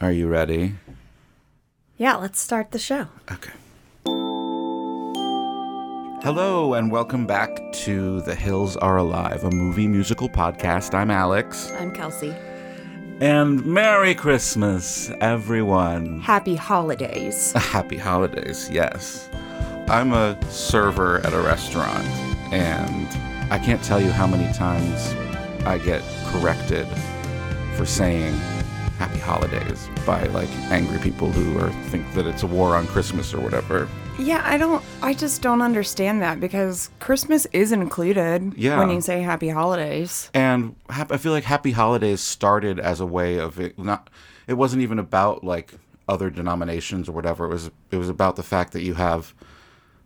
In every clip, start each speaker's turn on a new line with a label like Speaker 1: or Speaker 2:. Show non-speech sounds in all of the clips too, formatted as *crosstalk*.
Speaker 1: Are you ready?
Speaker 2: Yeah, let's start the show.
Speaker 1: Okay. Hello, and welcome back to The Hills Are Alive, a movie musical podcast. I'm Alex.
Speaker 2: I'm Kelsey.
Speaker 1: And Merry Christmas, everyone.
Speaker 2: Happy holidays.
Speaker 1: Happy holidays, yes. I'm a server at a restaurant, and I can't tell you how many times I get corrected for saying happy holidays by like angry people who are think that it's a war on Christmas or whatever.
Speaker 3: Yeah, I don't. I just don't understand that because Christmas is included
Speaker 1: Yeah.
Speaker 3: when you say Happy Holidays.
Speaker 1: And hap- I feel like Happy Holidays started as a way of it not. It wasn't even about like other denominations or whatever. It was it was about the fact that you have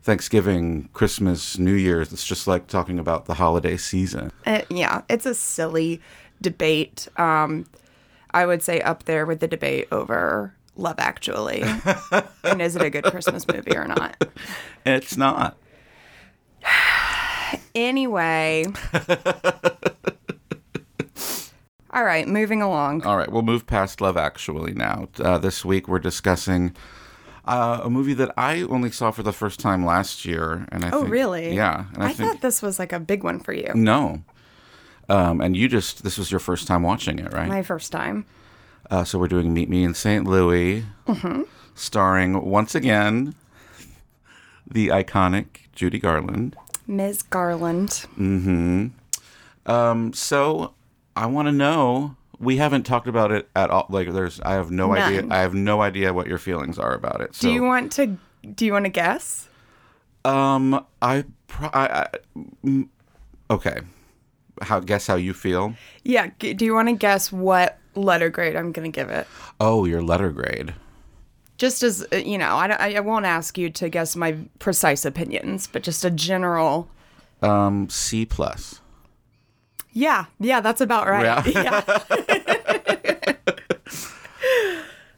Speaker 1: Thanksgiving, Christmas, New Year's. It's just like talking about the holiday season.
Speaker 3: Uh, yeah, it's a silly debate. Um, I would say up there with the debate over
Speaker 1: *laughs*
Speaker 3: Love Actually and is it a good Christmas movie or not.
Speaker 1: It's not.
Speaker 3: Anyway.
Speaker 1: *laughs*
Speaker 3: All right, moving along.
Speaker 1: All right, we'll move past Love Actually now. Uh, this week we're discussing uh, a movie that I only saw for the first time last year, and I
Speaker 3: Oh,
Speaker 1: think-
Speaker 3: really?
Speaker 1: yeah, and I,
Speaker 3: I,
Speaker 1: think Mm.
Speaker 3: thought this was like a big one for you.
Speaker 1: no, um, and you just this was your first time watching it, right?
Speaker 3: My first time.
Speaker 1: Uh, so we're doing Meet Me in St. Louis,
Speaker 3: Mm-hmm.
Speaker 1: starring once again the iconic Judy Garland.
Speaker 3: Ms. Garland.
Speaker 1: Um, so I want to know. We haven't talked about it at all. Like, there's, I have no idea.
Speaker 3: None.
Speaker 1: I have no idea what your feelings are about it. So,
Speaker 3: Do you want to do you want to guess?
Speaker 1: um, I, pro- I, I mm, okay. How guess how you feel?
Speaker 3: Yeah, g- do you want to guess what letter grade I'm going to give it?
Speaker 1: Oh, your letter grade.
Speaker 3: Just as, uh, you know, I, don't- I I won't ask you to guess my precise opinions, but just a general.
Speaker 1: Um, C plus.
Speaker 3: Yeah, yeah, that's about right. *laughs* Yeah.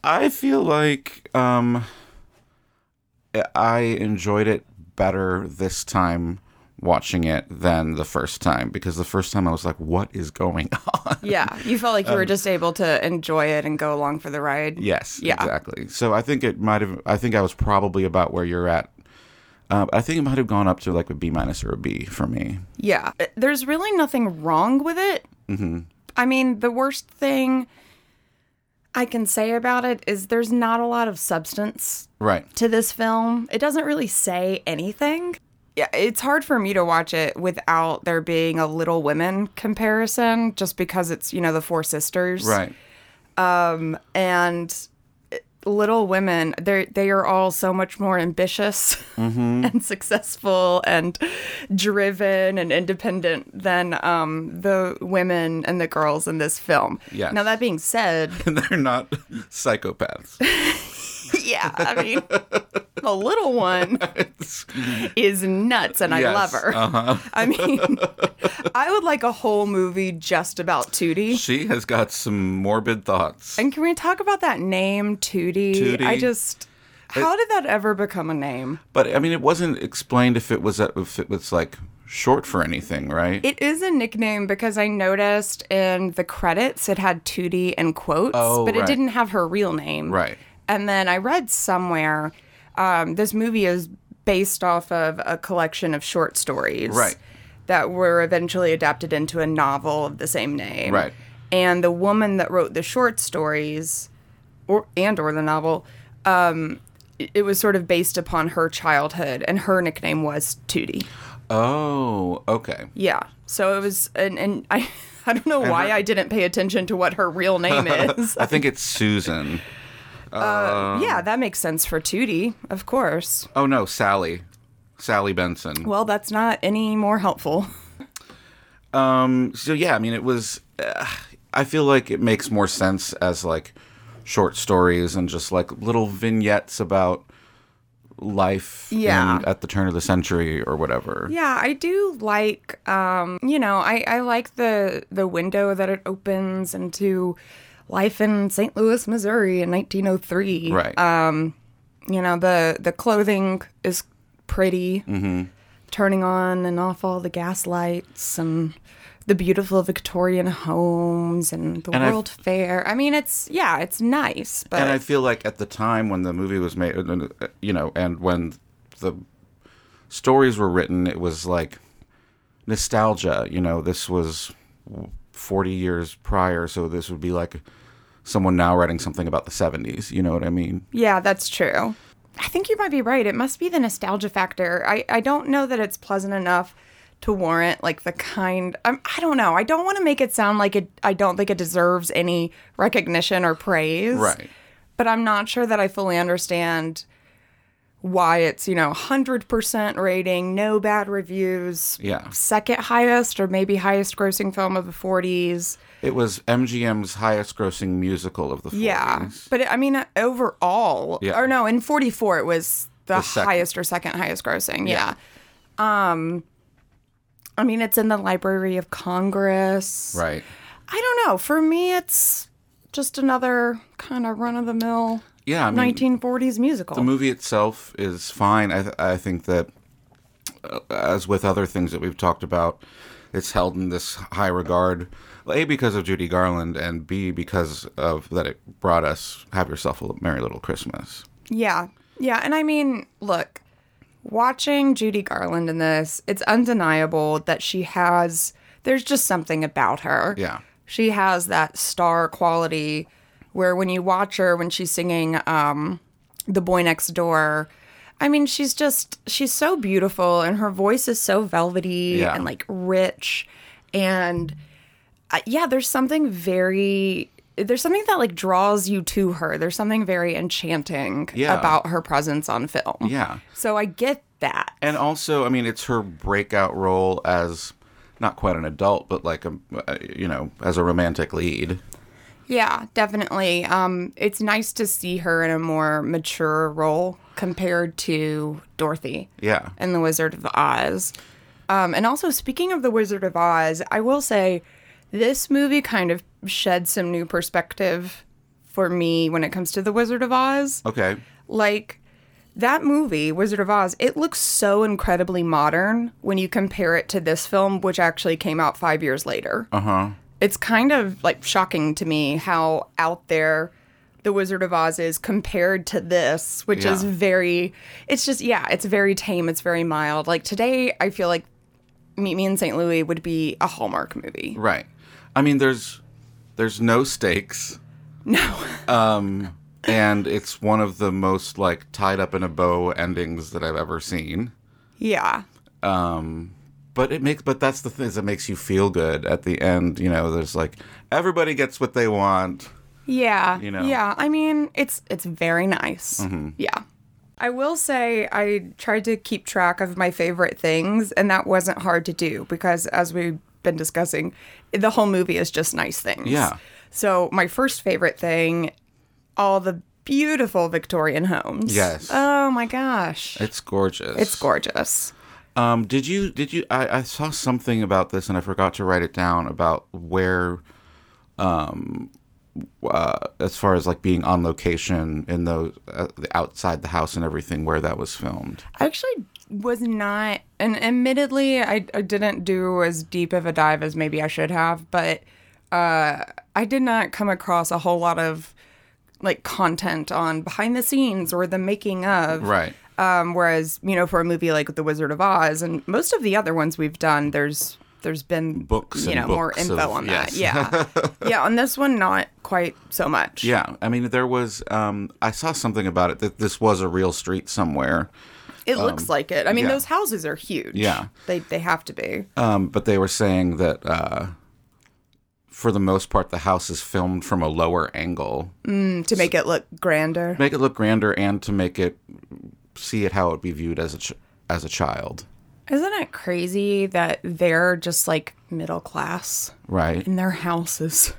Speaker 1: I feel like um, I enjoyed it better this time watching it than the first time because the first time I was like, "What is going *laughs* on?"
Speaker 3: yeah. You felt like you were just able to enjoy it and go along for the ride.
Speaker 1: Yes,
Speaker 3: Um, Yeah.
Speaker 1: exactly. So I think it might have. I think I was probably about where you're at. Uh, I think it might have gone up to like a B minus or a B for me.
Speaker 3: Yeah. Uh, There's really nothing wrong with it. Mm-hmm. I mean, the worst thing I can say about it is there's not a lot of substance
Speaker 1: Right.
Speaker 3: to this film. It doesn't really say anything. Yeah, it's hard for me to watch it without there being a Little Women comparison, just because it's you know the four sisters,
Speaker 1: *laughs* Right.
Speaker 3: And Little Women, they they are all so much more ambitious
Speaker 1: Mm-hmm.
Speaker 3: *laughs* and successful and driven and independent than um, the women and the girls in this film.
Speaker 1: Yes.
Speaker 3: Now that
Speaker 1: *laughs*
Speaker 3: being said,
Speaker 1: They're not *laughs* psychopaths.
Speaker 3: yeah, I mean, the
Speaker 1: *laughs*
Speaker 3: little one is nuts, and I
Speaker 1: Yes,
Speaker 3: love her.
Speaker 1: uh-huh.
Speaker 3: I mean, *laughs* I would like a whole movie just about Tootie.
Speaker 1: she has got some morbid thoughts.
Speaker 3: And can we talk about that name, Tootie?
Speaker 1: Tootie.
Speaker 3: I just, how did that ever become a name?
Speaker 1: But I mean, it wasn't explained if it was a, if it was like short for anything, right?
Speaker 3: It is a nickname because I noticed in the credits it had Tootie and quotes,
Speaker 1: Oh,
Speaker 3: but it
Speaker 1: right.
Speaker 3: didn't have her real name.
Speaker 1: Right.
Speaker 3: And then I read somewhere um, this movie is based off of a collection of short stories.
Speaker 1: Right.
Speaker 3: That were eventually adapted into a novel of the same name.
Speaker 1: Right.
Speaker 3: And the woman that wrote the short stories or and or the novel, um, it- it was sort of based upon her childhood and her nickname was Tootie.
Speaker 1: oh, okay.
Speaker 3: Yeah. So it was, and, and I, *laughs* I don't know why
Speaker 1: her-
Speaker 3: I didn't pay attention to what her real name is. *laughs*
Speaker 1: I think it's Susan.
Speaker 3: yeah, that makes sense for Tootie, of course.
Speaker 1: Oh no, Sally. Sally Benson.
Speaker 3: Well, that's not any more helpful. *laughs*
Speaker 1: Um. So yeah, I mean, it was. Uh, I feel like it makes more sense as like short stories and just like little vignettes about life.
Speaker 3: Yeah.
Speaker 1: in- at the turn of the century or whatever.
Speaker 3: Yeah, I do like, um, you know, I, I like the the window that it opens into life in St. Louis, Missouri in 1903.
Speaker 1: Right.
Speaker 3: You know, the the clothing is
Speaker 1: Mm-hmm.
Speaker 3: pretty, turning on and off all the gas lights and the beautiful Victorian homes and the
Speaker 1: And I've-
Speaker 3: World Fair. I mean, it's yeah, it's nice, but
Speaker 1: and I feel like at the time when the movie was made, uh, you know, and when the stories were written, it was like nostalgia. You know, this was 40 years prior, so this would be like someone now writing something about the 70s. You know what I mean?
Speaker 3: yeah, that's true. I think you might be right. It must be the nostalgia factor. I I don't know that it's pleasant enough to warrant like the kind I'm, I don't know. I don't want to make it sound like it I don't think it deserves any recognition or praise.
Speaker 1: Right.
Speaker 3: but I'm not sure that I fully understand why it's, you know, 100% rating, no bad reviews,
Speaker 1: Yeah.
Speaker 3: second highest or maybe highest grossing film of the 40s.
Speaker 1: It was MGM's highest grossing musical of the 40s.
Speaker 3: Yeah. But I mean, overall,
Speaker 1: Yeah.
Speaker 3: or no, in 44, it was the,
Speaker 1: The second.
Speaker 3: highest or second highest grossing. Yeah. Um, I mean, it's in the Library of Congress.
Speaker 1: Right.
Speaker 3: I don't know. For me, it's just another kind of run of the mill
Speaker 1: Yeah. I mean,
Speaker 3: 1940s musical.
Speaker 1: the movie itself is fine. I, th- I think that, uh, as with other things that we've talked about, it's held in this high regard. Well, A because of Judy Garland, and B because of that it brought us "Have Yourself a Merry Little Christmas."
Speaker 3: Yeah. Yeah. And I mean, look, watching Judy Garland in this, it's undeniable that she has, there's just something about her.
Speaker 1: Yeah.
Speaker 3: She has that star quality where when you watch her, when she's singing um, The Boy Next Door, I mean, she's just, she's so beautiful and her voice is so velvety
Speaker 1: Yeah.
Speaker 3: and like rich. And uh, yeah, there's something very there's something that like draws you to her. There's something very enchanting
Speaker 1: Yeah.
Speaker 3: about her presence on film.
Speaker 1: Yeah,
Speaker 3: So I get that.
Speaker 1: and also, I mean, it's her breakout role as not quite an adult, but like a uh, you know, as a romantic lead.
Speaker 3: Yeah, definitely. Um it's nice to see her in a more mature role compared to Dorothy.
Speaker 1: Yeah,
Speaker 3: and The Wizard of Oz. Um, and also, speaking of The Wizard of Oz, I will say this movie kind of shed some new perspective for me when it comes to The Wizard of Oz.
Speaker 1: okay,
Speaker 3: Like, that movie, Wizard of Oz, it looks so incredibly modern when you compare it to this film, which actually came out five years later. Uh huh. It's kind of like shocking to me how out there The Wizard of Oz is compared to this, which is
Speaker 1: Yeah.
Speaker 3: very, it's just, yeah, it's very tame, it's very mild. Like today, I feel like Meet Me in St. Louis would be a Hallmark movie.
Speaker 1: right. I mean, there's there's no stakes. Um,
Speaker 3: No.
Speaker 1: and it's one of the most like tied up in a bow endings that I've ever seen.
Speaker 3: yeah.
Speaker 1: But it makes but that's the thing is it makes you feel good at the end. You know, there's like everybody gets what they want.
Speaker 3: Yeah.
Speaker 1: You know? Mm-hmm.
Speaker 3: Yeah. I mean, it's it's very nice. Yeah. I will say I tried to keep track of my favorite things, and that wasn't hard to do because, as we've been discussing, the whole movie is just nice things.
Speaker 1: Yeah.
Speaker 3: So my first favorite thing, all the beautiful Victorian homes.
Speaker 1: Yes.
Speaker 3: Oh my gosh.
Speaker 1: It's gorgeous.
Speaker 3: It's gorgeous.
Speaker 1: Um, did you did you I, I saw something about this and I forgot to write it down about where, um, uh, as far as like being on location in those uh, outside the house and everything where that was filmed.
Speaker 3: I actually was not, and admittedly, I, I didn't do as deep of a dive as maybe I should have, but uh, I did not come across a whole lot of like content on behind the scenes or the making of.
Speaker 1: Right.
Speaker 3: Um, whereas you know, for a movie like The Wizard of Oz and most of the other ones we've done, there's there's been
Speaker 1: Books
Speaker 3: you
Speaker 1: and
Speaker 3: know, more
Speaker 1: books
Speaker 3: info
Speaker 1: of-
Speaker 3: on that.
Speaker 1: yes.
Speaker 3: Yeah,
Speaker 1: *laughs*
Speaker 3: yeah. On this one, not quite so much.
Speaker 1: Yeah, I mean, there was. Um, I saw something about it that this was a real street somewhere,
Speaker 3: it looks like it. I mean,
Speaker 1: um, yeah.
Speaker 3: those houses are huge.
Speaker 1: Yeah.
Speaker 3: they they have to be.
Speaker 1: um, but they were saying that uh, for the most part, the house is filmed from a lower angle,
Speaker 3: to make it look grander.
Speaker 1: make it look grander, and to make it see it how it would be viewed as a ch- as a child,
Speaker 3: Isn't it crazy that they're just like middle class
Speaker 1: right?
Speaker 3: in their houses?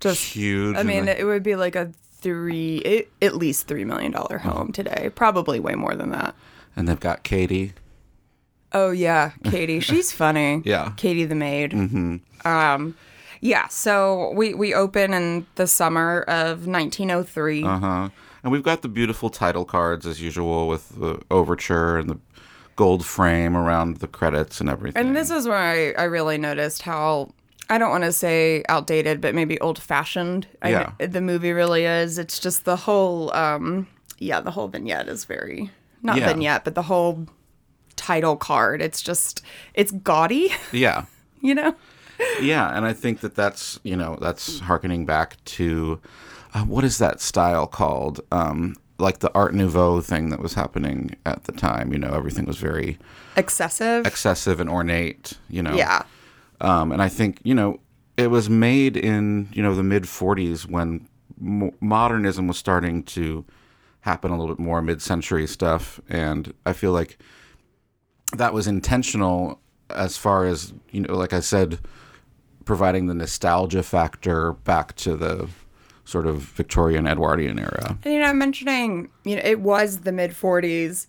Speaker 3: Just,
Speaker 1: Huge.
Speaker 3: I mean, it would be like a three, it, at least three million dollar home today, probably way more than that.
Speaker 1: and they've got Katie.
Speaker 3: Oh yeah, *laughs* Katie, she's funny.
Speaker 1: Yeah.
Speaker 3: Katie the maid. Mm-hmm. Um, yeah. So we we open in the summer of 1903.
Speaker 1: uh-huh. Uh huh. And we've got the beautiful title cards as usual with the overture and the gold frame around the credits and everything.
Speaker 3: And this is where I, I really noticed how I don't want to say outdated, but maybe old fashioned
Speaker 1: Yeah.
Speaker 3: the movie really is. It's just the whole, um, yeah, the whole vignette is very, not
Speaker 1: Yeah.
Speaker 3: vignette, but the whole title card. It's just, it's gaudy, *laughs*
Speaker 1: yeah.
Speaker 3: you know?
Speaker 1: Yeah, and I think that that's you know that's harkening back to uh, what is that style called? Um, like the Art Nouveau thing that was happening at the time. You know, everything was very
Speaker 3: Excessive.
Speaker 1: excessive and ornate. You know,
Speaker 3: yeah.
Speaker 1: Um, and I think you know it was made in you know the mid '40s when mo- modernism was starting to happen a little bit more mid-century stuff, and I feel like that was intentional as far as you know like i said providing the nostalgia factor back to the sort of victorian edwardian era
Speaker 3: And, you know, I'm mentioning, you know, it was the mid 40s,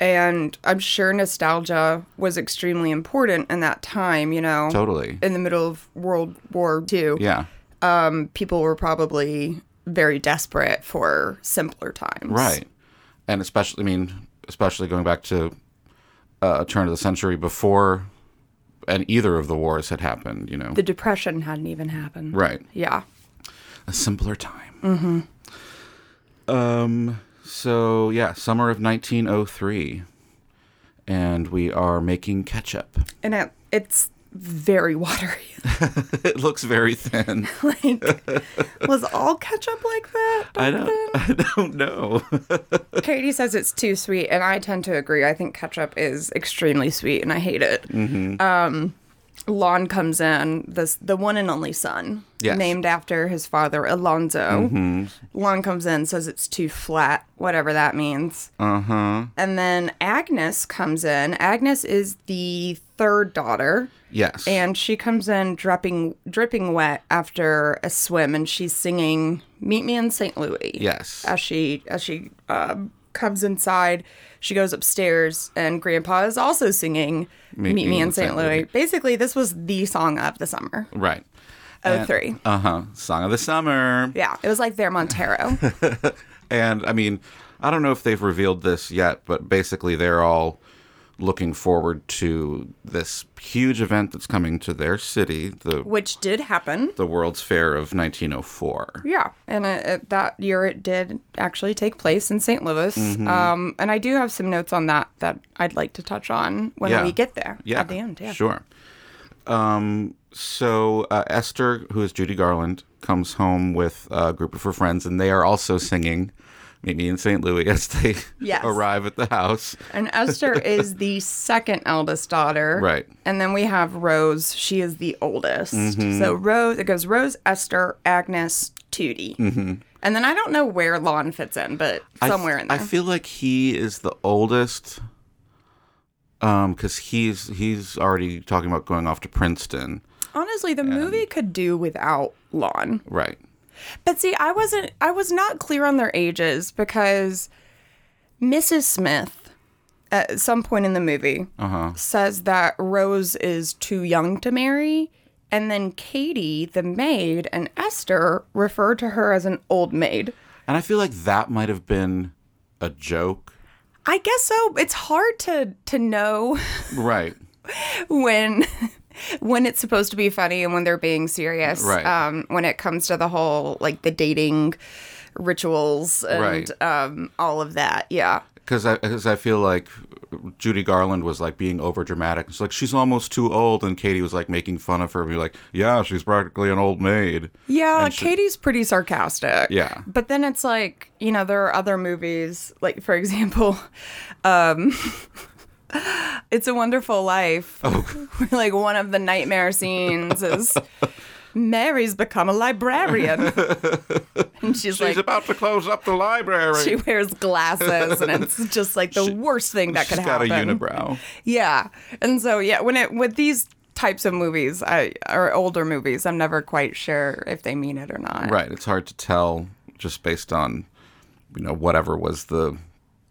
Speaker 3: and I'm sure nostalgia was extremely important in that time, you know?
Speaker 1: totally
Speaker 3: In the middle of World War II.
Speaker 1: yeah
Speaker 3: people were probably very desperate for simpler times.
Speaker 1: right and especially i mean especially going back to uh, a turn of the century before and either of the wars had happened you know
Speaker 3: The depression hadn't even happened.
Speaker 1: right
Speaker 3: Yeah.
Speaker 1: a simpler time mm-hmm. um so yeah summer of 1903 and we are making ketchup
Speaker 3: And it, it's very watery.
Speaker 1: *laughs*
Speaker 3: *laughs*
Speaker 1: It looks very *laughs* thin.
Speaker 3: like was all ketchup like that?
Speaker 1: I don't. I don't know.
Speaker 3: Katie says it's too sweet and I tend to agree. I think ketchup is extremely sweet and I hate it. Mm-hmm. Um Lon comes in, this the one and only son,
Speaker 1: Yes. Mm-hmm.
Speaker 3: named after his father Alonzo. Lon comes in, says it's too flat, whatever that means.
Speaker 1: Uh huh.
Speaker 3: And then Agnes comes in. Agnes is the third daughter,
Speaker 1: Yes.
Speaker 3: and she comes in dripping dripping wet after a swim, and she's singing "Meet Me in St. Louis."
Speaker 1: yes.
Speaker 3: As she as she um, comes inside, she goes upstairs, and Grandpa is also singing "Meet, Me, in St. Louis. Basically, this was the song of the summer.
Speaker 1: Right.
Speaker 3: Oh three.
Speaker 1: Uh huh. Song of the summer.
Speaker 3: Yeah, it was like their *laughs* Montero.
Speaker 1: And I mean, I don't know if they've revealed this yet, but basically they're all looking forward to this huge event that's coming to their city, the
Speaker 3: which did happen.
Speaker 1: the World's Fair of 1904.
Speaker 3: Yeah, and it, it, that year it did actually take place in St. Louis. Um, and I do have some notes on that that I'd like to touch on when
Speaker 1: Yeah.
Speaker 3: we get there
Speaker 1: Yeah.
Speaker 3: at the end. Yeah,
Speaker 1: Sure. Um. So uh, Esther, who is Judy Garland, comes home with a group of her friends, and they are also singing "Meet Me in St. Louis" as they
Speaker 3: Yes.
Speaker 1: *laughs* arrive at the house.
Speaker 3: and Esther is the second eldest *laughs* daughter.
Speaker 1: Right.
Speaker 3: and then we have Rose. She is the oldest.
Speaker 1: Mm-hmm.
Speaker 3: So Rose, it goes Rose, Esther, Agnes, Tootie, mm-hmm. and then I don't know where Lon fits in, but
Speaker 1: I th-
Speaker 3: somewhere in
Speaker 1: I
Speaker 3: there.
Speaker 1: feel like he is the oldest, um, because he's he's already talking about going off to Princeton.
Speaker 3: Honestly, the movie could do without Lon.
Speaker 1: Right.
Speaker 3: But see, I wasn't I was not clear on their ages because Mrs. Smith at some point in the movie
Speaker 1: Uh-huh.
Speaker 3: says that Rose is too young to marry and then Katie, the maid, and Esther refer to her as an old maid.
Speaker 1: And I feel like that might have been a joke.
Speaker 3: I guess so. It's hard to to know *laughs*
Speaker 1: Right.
Speaker 3: when *laughs* when it's supposed to be funny and when they're being serious.
Speaker 1: Right.
Speaker 3: Um, when it comes to the whole like the dating rituals and
Speaker 1: Right.
Speaker 3: um, all of that. Yeah.
Speaker 1: because I, cause I feel like Judy Garland was like being over dramatic. It's like she's almost too old, and Katie was like making fun of her, and be like, "Yeah, she's practically an old maid."
Speaker 3: Yeah,
Speaker 1: And she-
Speaker 3: Katie's pretty sarcastic.
Speaker 1: Yeah.
Speaker 3: But then it's like, you know, there are other movies, like for example, um *laughs* It's a Wonderful Life.
Speaker 1: Oh.
Speaker 3: *laughs* where, like one of the nightmare scenes is Mary's become
Speaker 1: *laughs*
Speaker 3: a librarian. and she's,
Speaker 1: She's
Speaker 3: like
Speaker 1: about to close up the library.
Speaker 3: she *laughs* wears glasses
Speaker 1: *laughs*
Speaker 3: and it's just like the worst thing that could
Speaker 1: She's got
Speaker 3: happen.
Speaker 1: a unibrow.
Speaker 3: Yeah. And so yeah, when it with these types of movies, I or older movies, I'm never quite sure if they mean it or not.
Speaker 1: right. It's hard to tell just based on you know whatever was the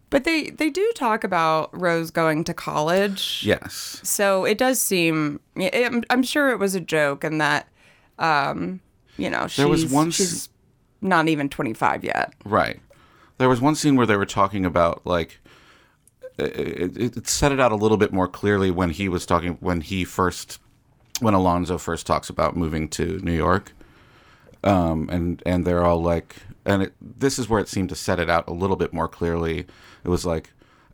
Speaker 3: But they they do talk about Rose going to college.
Speaker 1: yes.
Speaker 3: So it does seem. yeah, I'm, I'm sure it was a joke, and that, um, you know, she's,
Speaker 1: There was one s-
Speaker 3: she's not even 25 yet.
Speaker 1: Right. There was one scene where they were talking about like it, it, it set it out a little bit more clearly when he was talking when he first when Alonzo first talks about moving to New York. Um, and and they're all like, and it, this is where it seemed to set it out a little bit more clearly. It was like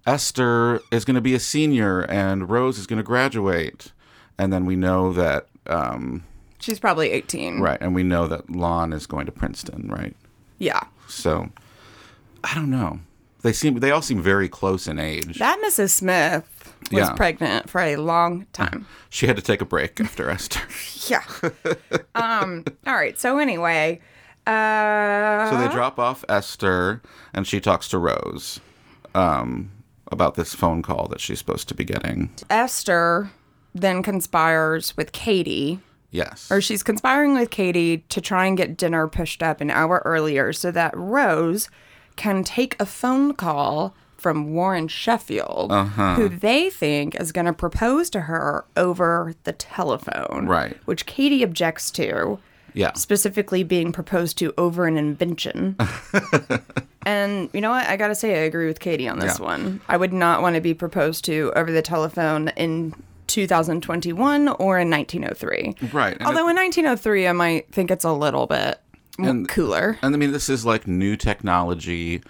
Speaker 1: Esther is going to be a senior and Rose is going to graduate, and then we know that um,
Speaker 3: She's probably 18.
Speaker 1: right, and we know that Lon is going to Princeton, right?
Speaker 3: Yeah.
Speaker 1: So I don't know. They seem they all seem very close in age.
Speaker 3: That Mrs. Smith was
Speaker 1: Yeah.
Speaker 3: pregnant for a long
Speaker 1: *laughs*
Speaker 3: time.
Speaker 1: She had to take a break after *laughs* Esther.
Speaker 3: Yeah. um. All right. So anyway, uh,
Speaker 1: So they drop off Esther, and she talks to Rose um, about this phone call that she's supposed to be getting.
Speaker 3: Esther then conspires with Katie,
Speaker 1: Yes.
Speaker 3: or she's conspiring with Katie to try and get dinner pushed up an hour earlier so that Rose can take a phone call from Warren Sheffield,
Speaker 1: Uh-huh.
Speaker 3: who they think is going to propose to her over the telephone.
Speaker 1: Right.
Speaker 3: Which Katie objects to.
Speaker 1: yeah.
Speaker 3: specifically being proposed to over
Speaker 1: *laughs*
Speaker 3: an invention. and you know what? I gotta say, I agree with Katie on this
Speaker 1: Yeah.
Speaker 3: one. I would not want to be proposed to over the telephone in 2021 or in 1903.
Speaker 1: Right, and
Speaker 3: Although in 1903, I might think it's a little bit more cooler. *laughs*
Speaker 1: And I mean, this is like new technology.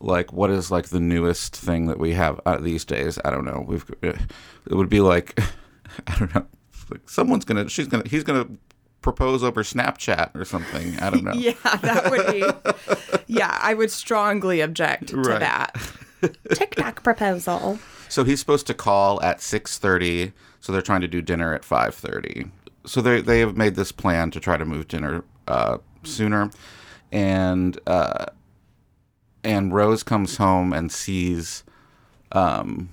Speaker 1: Like, what is like the newest thing that we have uh, these days? I don't know. We've uh, it would be like *laughs* I don't know. Like someone's gonna she's gonna he's gonna propose over Snapchat or something. I don't know.
Speaker 3: *laughs* Yeah, that would be. yeah, I would strongly object to
Speaker 1: Right.
Speaker 3: that.
Speaker 2: TikTok proposal.
Speaker 1: So he's supposed to call at 6:30, so they're trying to do dinner at 5:30. So they they have made this plan to try to move dinner uh, sooner, and uh, and Rose comes home and sees um,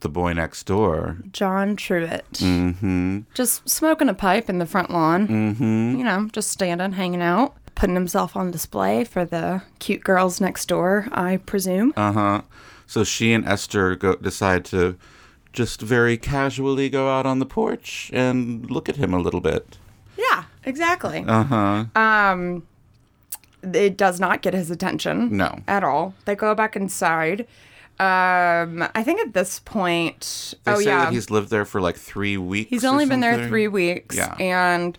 Speaker 1: the boy next door.
Speaker 3: John Truett. Mm-hmm. Just smoking a pipe in the front lawn. Mm-hmm. You know, just standing, hanging out, putting himself on display for the cute girls next door, I presume.
Speaker 1: Uh huh. So she and Esther go decide to just very casually go out on the porch and look at him a little bit.
Speaker 3: yeah, exactly. Uh huh.
Speaker 1: Uh-huh.
Speaker 3: Um, it does not get his attention.
Speaker 1: No.
Speaker 3: At all. They go back inside. Um, I think at this point.
Speaker 1: They
Speaker 3: oh,
Speaker 1: say
Speaker 3: yeah.
Speaker 1: that he's lived there for like three weeks.
Speaker 3: He's
Speaker 1: or
Speaker 3: only been there
Speaker 1: something.
Speaker 3: three weeks.
Speaker 1: Yeah.
Speaker 3: And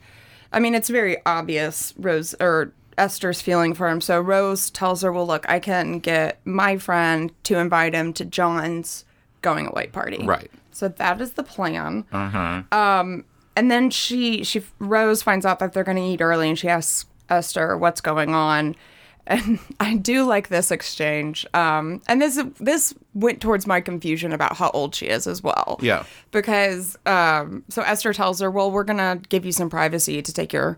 Speaker 3: I mean, it's very obvious Rose or Esther's feeling for him. So Rose tells her, well, look, I can get my friend to invite him to John's going away party.
Speaker 1: Right.
Speaker 3: So that is the plan. Uh huh. Um, and then she, she, Rose finds out that they're going to eat early and she asks Esther what's going on. And *laughs* I do like this exchange. Um, and this, this went towards my confusion about how old she is as well
Speaker 1: Yeah.
Speaker 3: because um, so Esther tells her, "Well, we're gonna give you some privacy to take your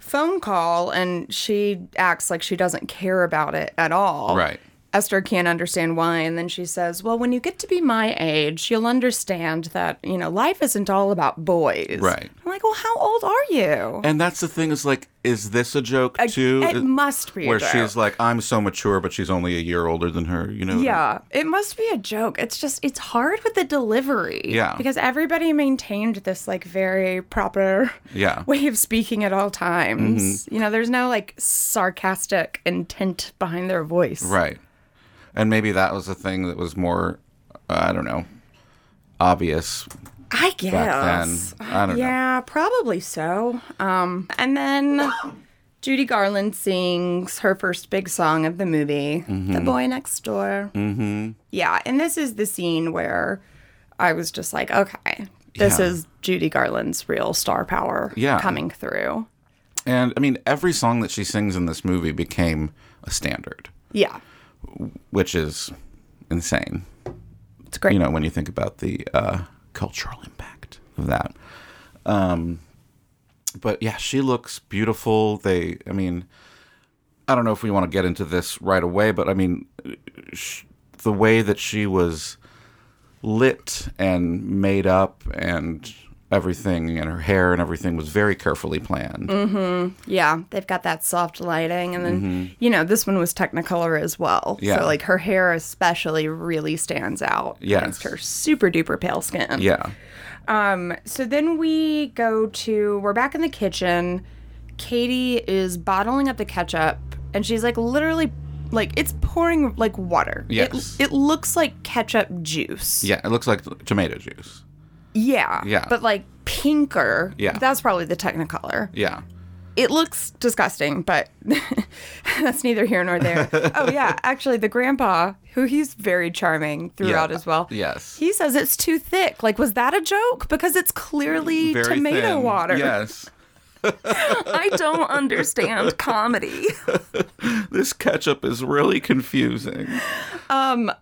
Speaker 3: phone call," and she acts like she doesn't care about it at all.
Speaker 1: Right.
Speaker 3: Esther can't understand why, and then she says, "Well, when you get to be my age, you'll understand that you know life isn't all about boys."
Speaker 1: Right.
Speaker 3: I'm like, "Well, how old are you?"
Speaker 1: And that's the thing is like, is this a joke too?
Speaker 3: it must be a
Speaker 1: uh, Where
Speaker 3: joke.
Speaker 1: she's like, I'm so mature, but she's only a year older than her. You know?
Speaker 3: Yeah, it must be a joke. It's just it's hard with the delivery.
Speaker 1: Yeah.
Speaker 3: Because everybody maintained this like very proper
Speaker 1: Yeah. Mm-hmm.
Speaker 3: way of speaking at all times. You know, there's no like sarcastic intent behind their voice.
Speaker 1: Right. And maybe that was the thing that was more, uh, I don't know, obvious
Speaker 3: I guess.
Speaker 1: back then. I don't know.
Speaker 3: Yeah, probably so. Um, and then Judy Garland sings her first big song of the movie, "The
Speaker 1: Mm-hmm.
Speaker 3: Boy Next Door." Mm-hmm. Yeah, and this is the scene where I was just like, okay, this
Speaker 1: Yeah.
Speaker 3: is Judy Garland's real star power
Speaker 1: Yeah.
Speaker 3: coming through.
Speaker 1: And I mean, every song that she sings in this movie became a standard,
Speaker 3: Yeah,
Speaker 1: which is insane.
Speaker 3: it's great.
Speaker 1: you know when you think about the uh, cultural impact of that um, but yeah she looks beautiful they i mean i don't know if we want to get into this right away but i mean sh- the way that she was lit and made up and everything and her hair and everything was very carefully planned
Speaker 3: Mm, Yeah, they've got that soft lighting, and then you know this one was Technicolor as well.
Speaker 1: Mm-hmm. Yeah.
Speaker 3: So like her hair especially really stands out
Speaker 1: Yes.
Speaker 3: against her super duper pale skin.
Speaker 1: yeah
Speaker 3: Um. So then we go to we're back in the kitchen. Katie is bottling up the ketchup, and she's like literally like it's pouring like water. It-
Speaker 1: Yes.
Speaker 3: It, looks like ketchup juice.
Speaker 1: Yeah, it looks like tomato juice.
Speaker 3: Yeah.
Speaker 1: Yeah.
Speaker 3: But like pinker.
Speaker 1: Yeah.
Speaker 3: That's probably the Technicolor.
Speaker 1: Yeah.
Speaker 3: It looks disgusting, but *laughs* that's neither here
Speaker 1: *laughs*
Speaker 3: nor there. oh, yeah. Actually, the grandpa, who he's very charming throughout as well.
Speaker 1: Yes.
Speaker 3: He says it's too thick. Like, was that a joke? Because it's clearly tomato
Speaker 1: thin.
Speaker 3: water.
Speaker 1: Yes.
Speaker 3: I don't understand comedy.
Speaker 1: This ketchup is really confusing.
Speaker 3: *laughs*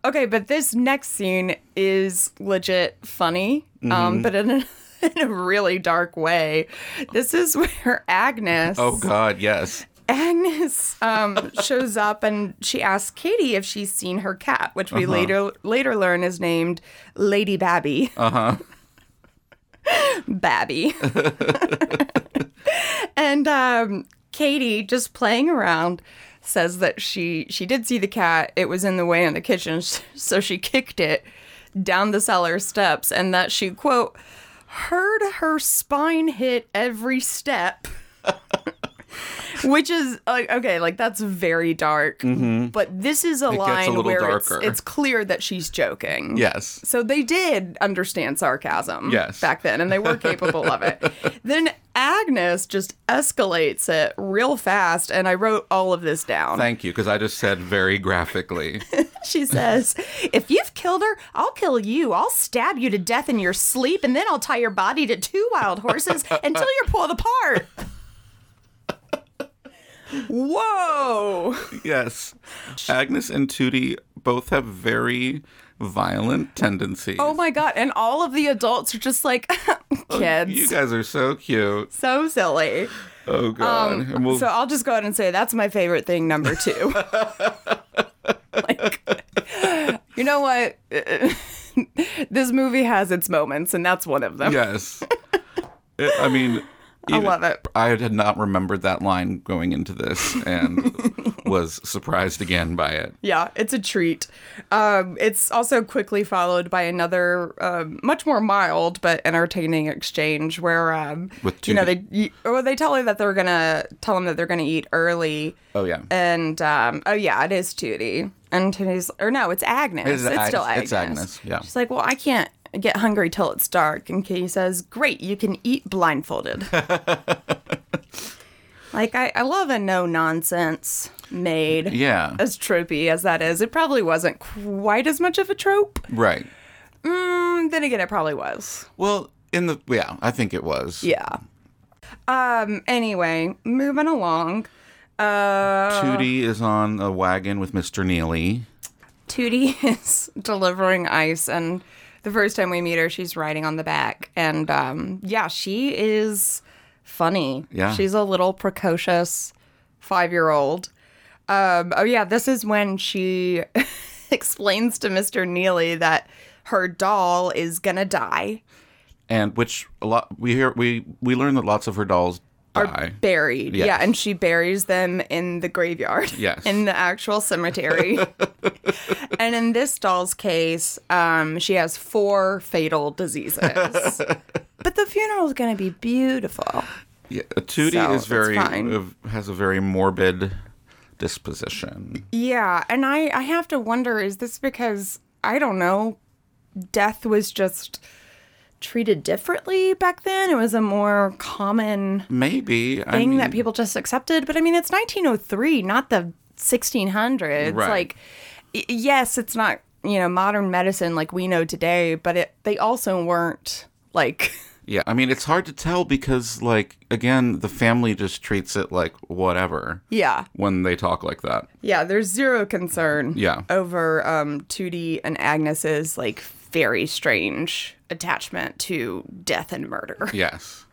Speaker 3: Okay, but this next scene is legit funny, um, but in a, *laughs* in a really dark way. This is where Agnes
Speaker 1: Oh God, yes.
Speaker 3: Agnes um, shows up and she asks Katie if she's seen her cat, which we later later learn is named Lady Babby. Uh huh.
Speaker 1: *laughs*
Speaker 3: Babby. *laughs* and um, Katie, just playing around, says that she she did see the cat. It was in the way in the kitchen, *laughs* so she kicked it down the cellar steps, and that she quote heard her spine hit every step. *laughs* Which is like okay, like that's very dark. But this is a
Speaker 1: Mm-hmm. a
Speaker 3: line
Speaker 1: little
Speaker 3: where it's,
Speaker 1: darker.
Speaker 3: it's clear that she's joking.
Speaker 1: Yes.
Speaker 3: So they did understand sarcasm
Speaker 1: Yes.
Speaker 3: back then, and they
Speaker 1: *laughs*
Speaker 3: were capable of it. Then Agnes just escalates it real fast, and I wrote all of this down.
Speaker 1: Thank you, because I just said very
Speaker 3: *laughs*
Speaker 1: graphically.
Speaker 3: she says, If you've killed her, I'll kill you. I'll stab you to death in your sleep, and then I'll tie your body to two wild horses until you're pulled apart.
Speaker 1: *laughs*
Speaker 3: Whoa!
Speaker 1: yes. Agnes and Tootie both have very violent tendencies.
Speaker 3: Oh my god, and all of the adults are just like, *laughs* kids.
Speaker 1: Oh, You guys are so cute.
Speaker 3: so silly.
Speaker 1: Oh God. and we'll,
Speaker 3: Um, So I'll just go ahead and say that's my favorite thing, number two. like, you know what? *laughs* this movie has its moments, and that's one of
Speaker 1: *laughs*
Speaker 3: them.
Speaker 1: yes. It- I mean,
Speaker 3: I
Speaker 1: even-
Speaker 3: love it.
Speaker 1: I had not remembered that line going into this and
Speaker 3: *laughs*
Speaker 1: was surprised again by it.
Speaker 3: Yeah, it's a treat. Um, it's also quickly followed by another um, much more mild but entertaining exchange where um,
Speaker 1: With
Speaker 3: you know
Speaker 1: Tootie.
Speaker 3: they or they tell her that they're gonna tell them that they're gonna eat early.
Speaker 1: Oh, yeah.
Speaker 3: And um, oh yeah, it is Tootie. And Tootie's or no, it's Agnes.
Speaker 1: It is
Speaker 3: It's,
Speaker 1: Ag-
Speaker 3: still Agnes.
Speaker 1: it's Agnes, yeah.
Speaker 3: She's like, well, I can't get hungry till it's dark. And Katie says, great, you can eat
Speaker 1: *laughs*
Speaker 3: blindfolded. like I, I love a no nonsense maid
Speaker 1: Yeah.
Speaker 3: as tropey as that is, it probably wasn't quite as much of a trope.
Speaker 1: Right.
Speaker 3: Mm, then again, it probably was.
Speaker 1: Well, in the yeah, I think it was.
Speaker 3: Yeah. Um. Anyway, moving along. Uh,
Speaker 1: Tootie is on a wagon with Mr. Neely.
Speaker 3: Tootie *laughs* is delivering ice, and the first time we meet her, she's riding on the back, and um, yeah, she is funny.
Speaker 1: Yeah.
Speaker 3: She's a little precocious five-year-old. Um, oh yeah, this is when she *laughs* explains to Mr. Neely that her doll is gonna die.
Speaker 1: and which a lot we hear we we learn that lots of her dolls die.
Speaker 3: buried.
Speaker 1: Yes.
Speaker 3: Yeah, and she buries them in the graveyard. *laughs*
Speaker 1: Yes.
Speaker 3: In the
Speaker 1: *laughs*
Speaker 3: actual cemetery. and in this doll's case, um, she has four fatal diseases.
Speaker 1: *laughs*
Speaker 3: but the funeral's going to be beautiful.
Speaker 1: yeah, Tootie
Speaker 3: So,
Speaker 1: is
Speaker 3: it's
Speaker 1: very
Speaker 3: fine.
Speaker 1: uh, has a very morbid disposition.
Speaker 3: Yeah, and I I have to wonder is this because I don't know death was just treated differently back then? It was a more common
Speaker 1: Maybe I
Speaker 3: thing
Speaker 1: mean,
Speaker 3: that people just accepted. But I mean, it's 1903, not the 1600s.
Speaker 1: Right.
Speaker 3: Like, y- yes, it's not you know modern medicine like we know today, but it they also weren't like *laughs*
Speaker 1: Yeah, I mean it's hard to tell because like again the family just treats it like whatever
Speaker 3: yeah
Speaker 1: when they talk like that.
Speaker 3: yeah. There's zero concern
Speaker 1: Yeah.
Speaker 3: over um Tootie and Agnes's like very strange attachment to death and murder.
Speaker 1: Yes.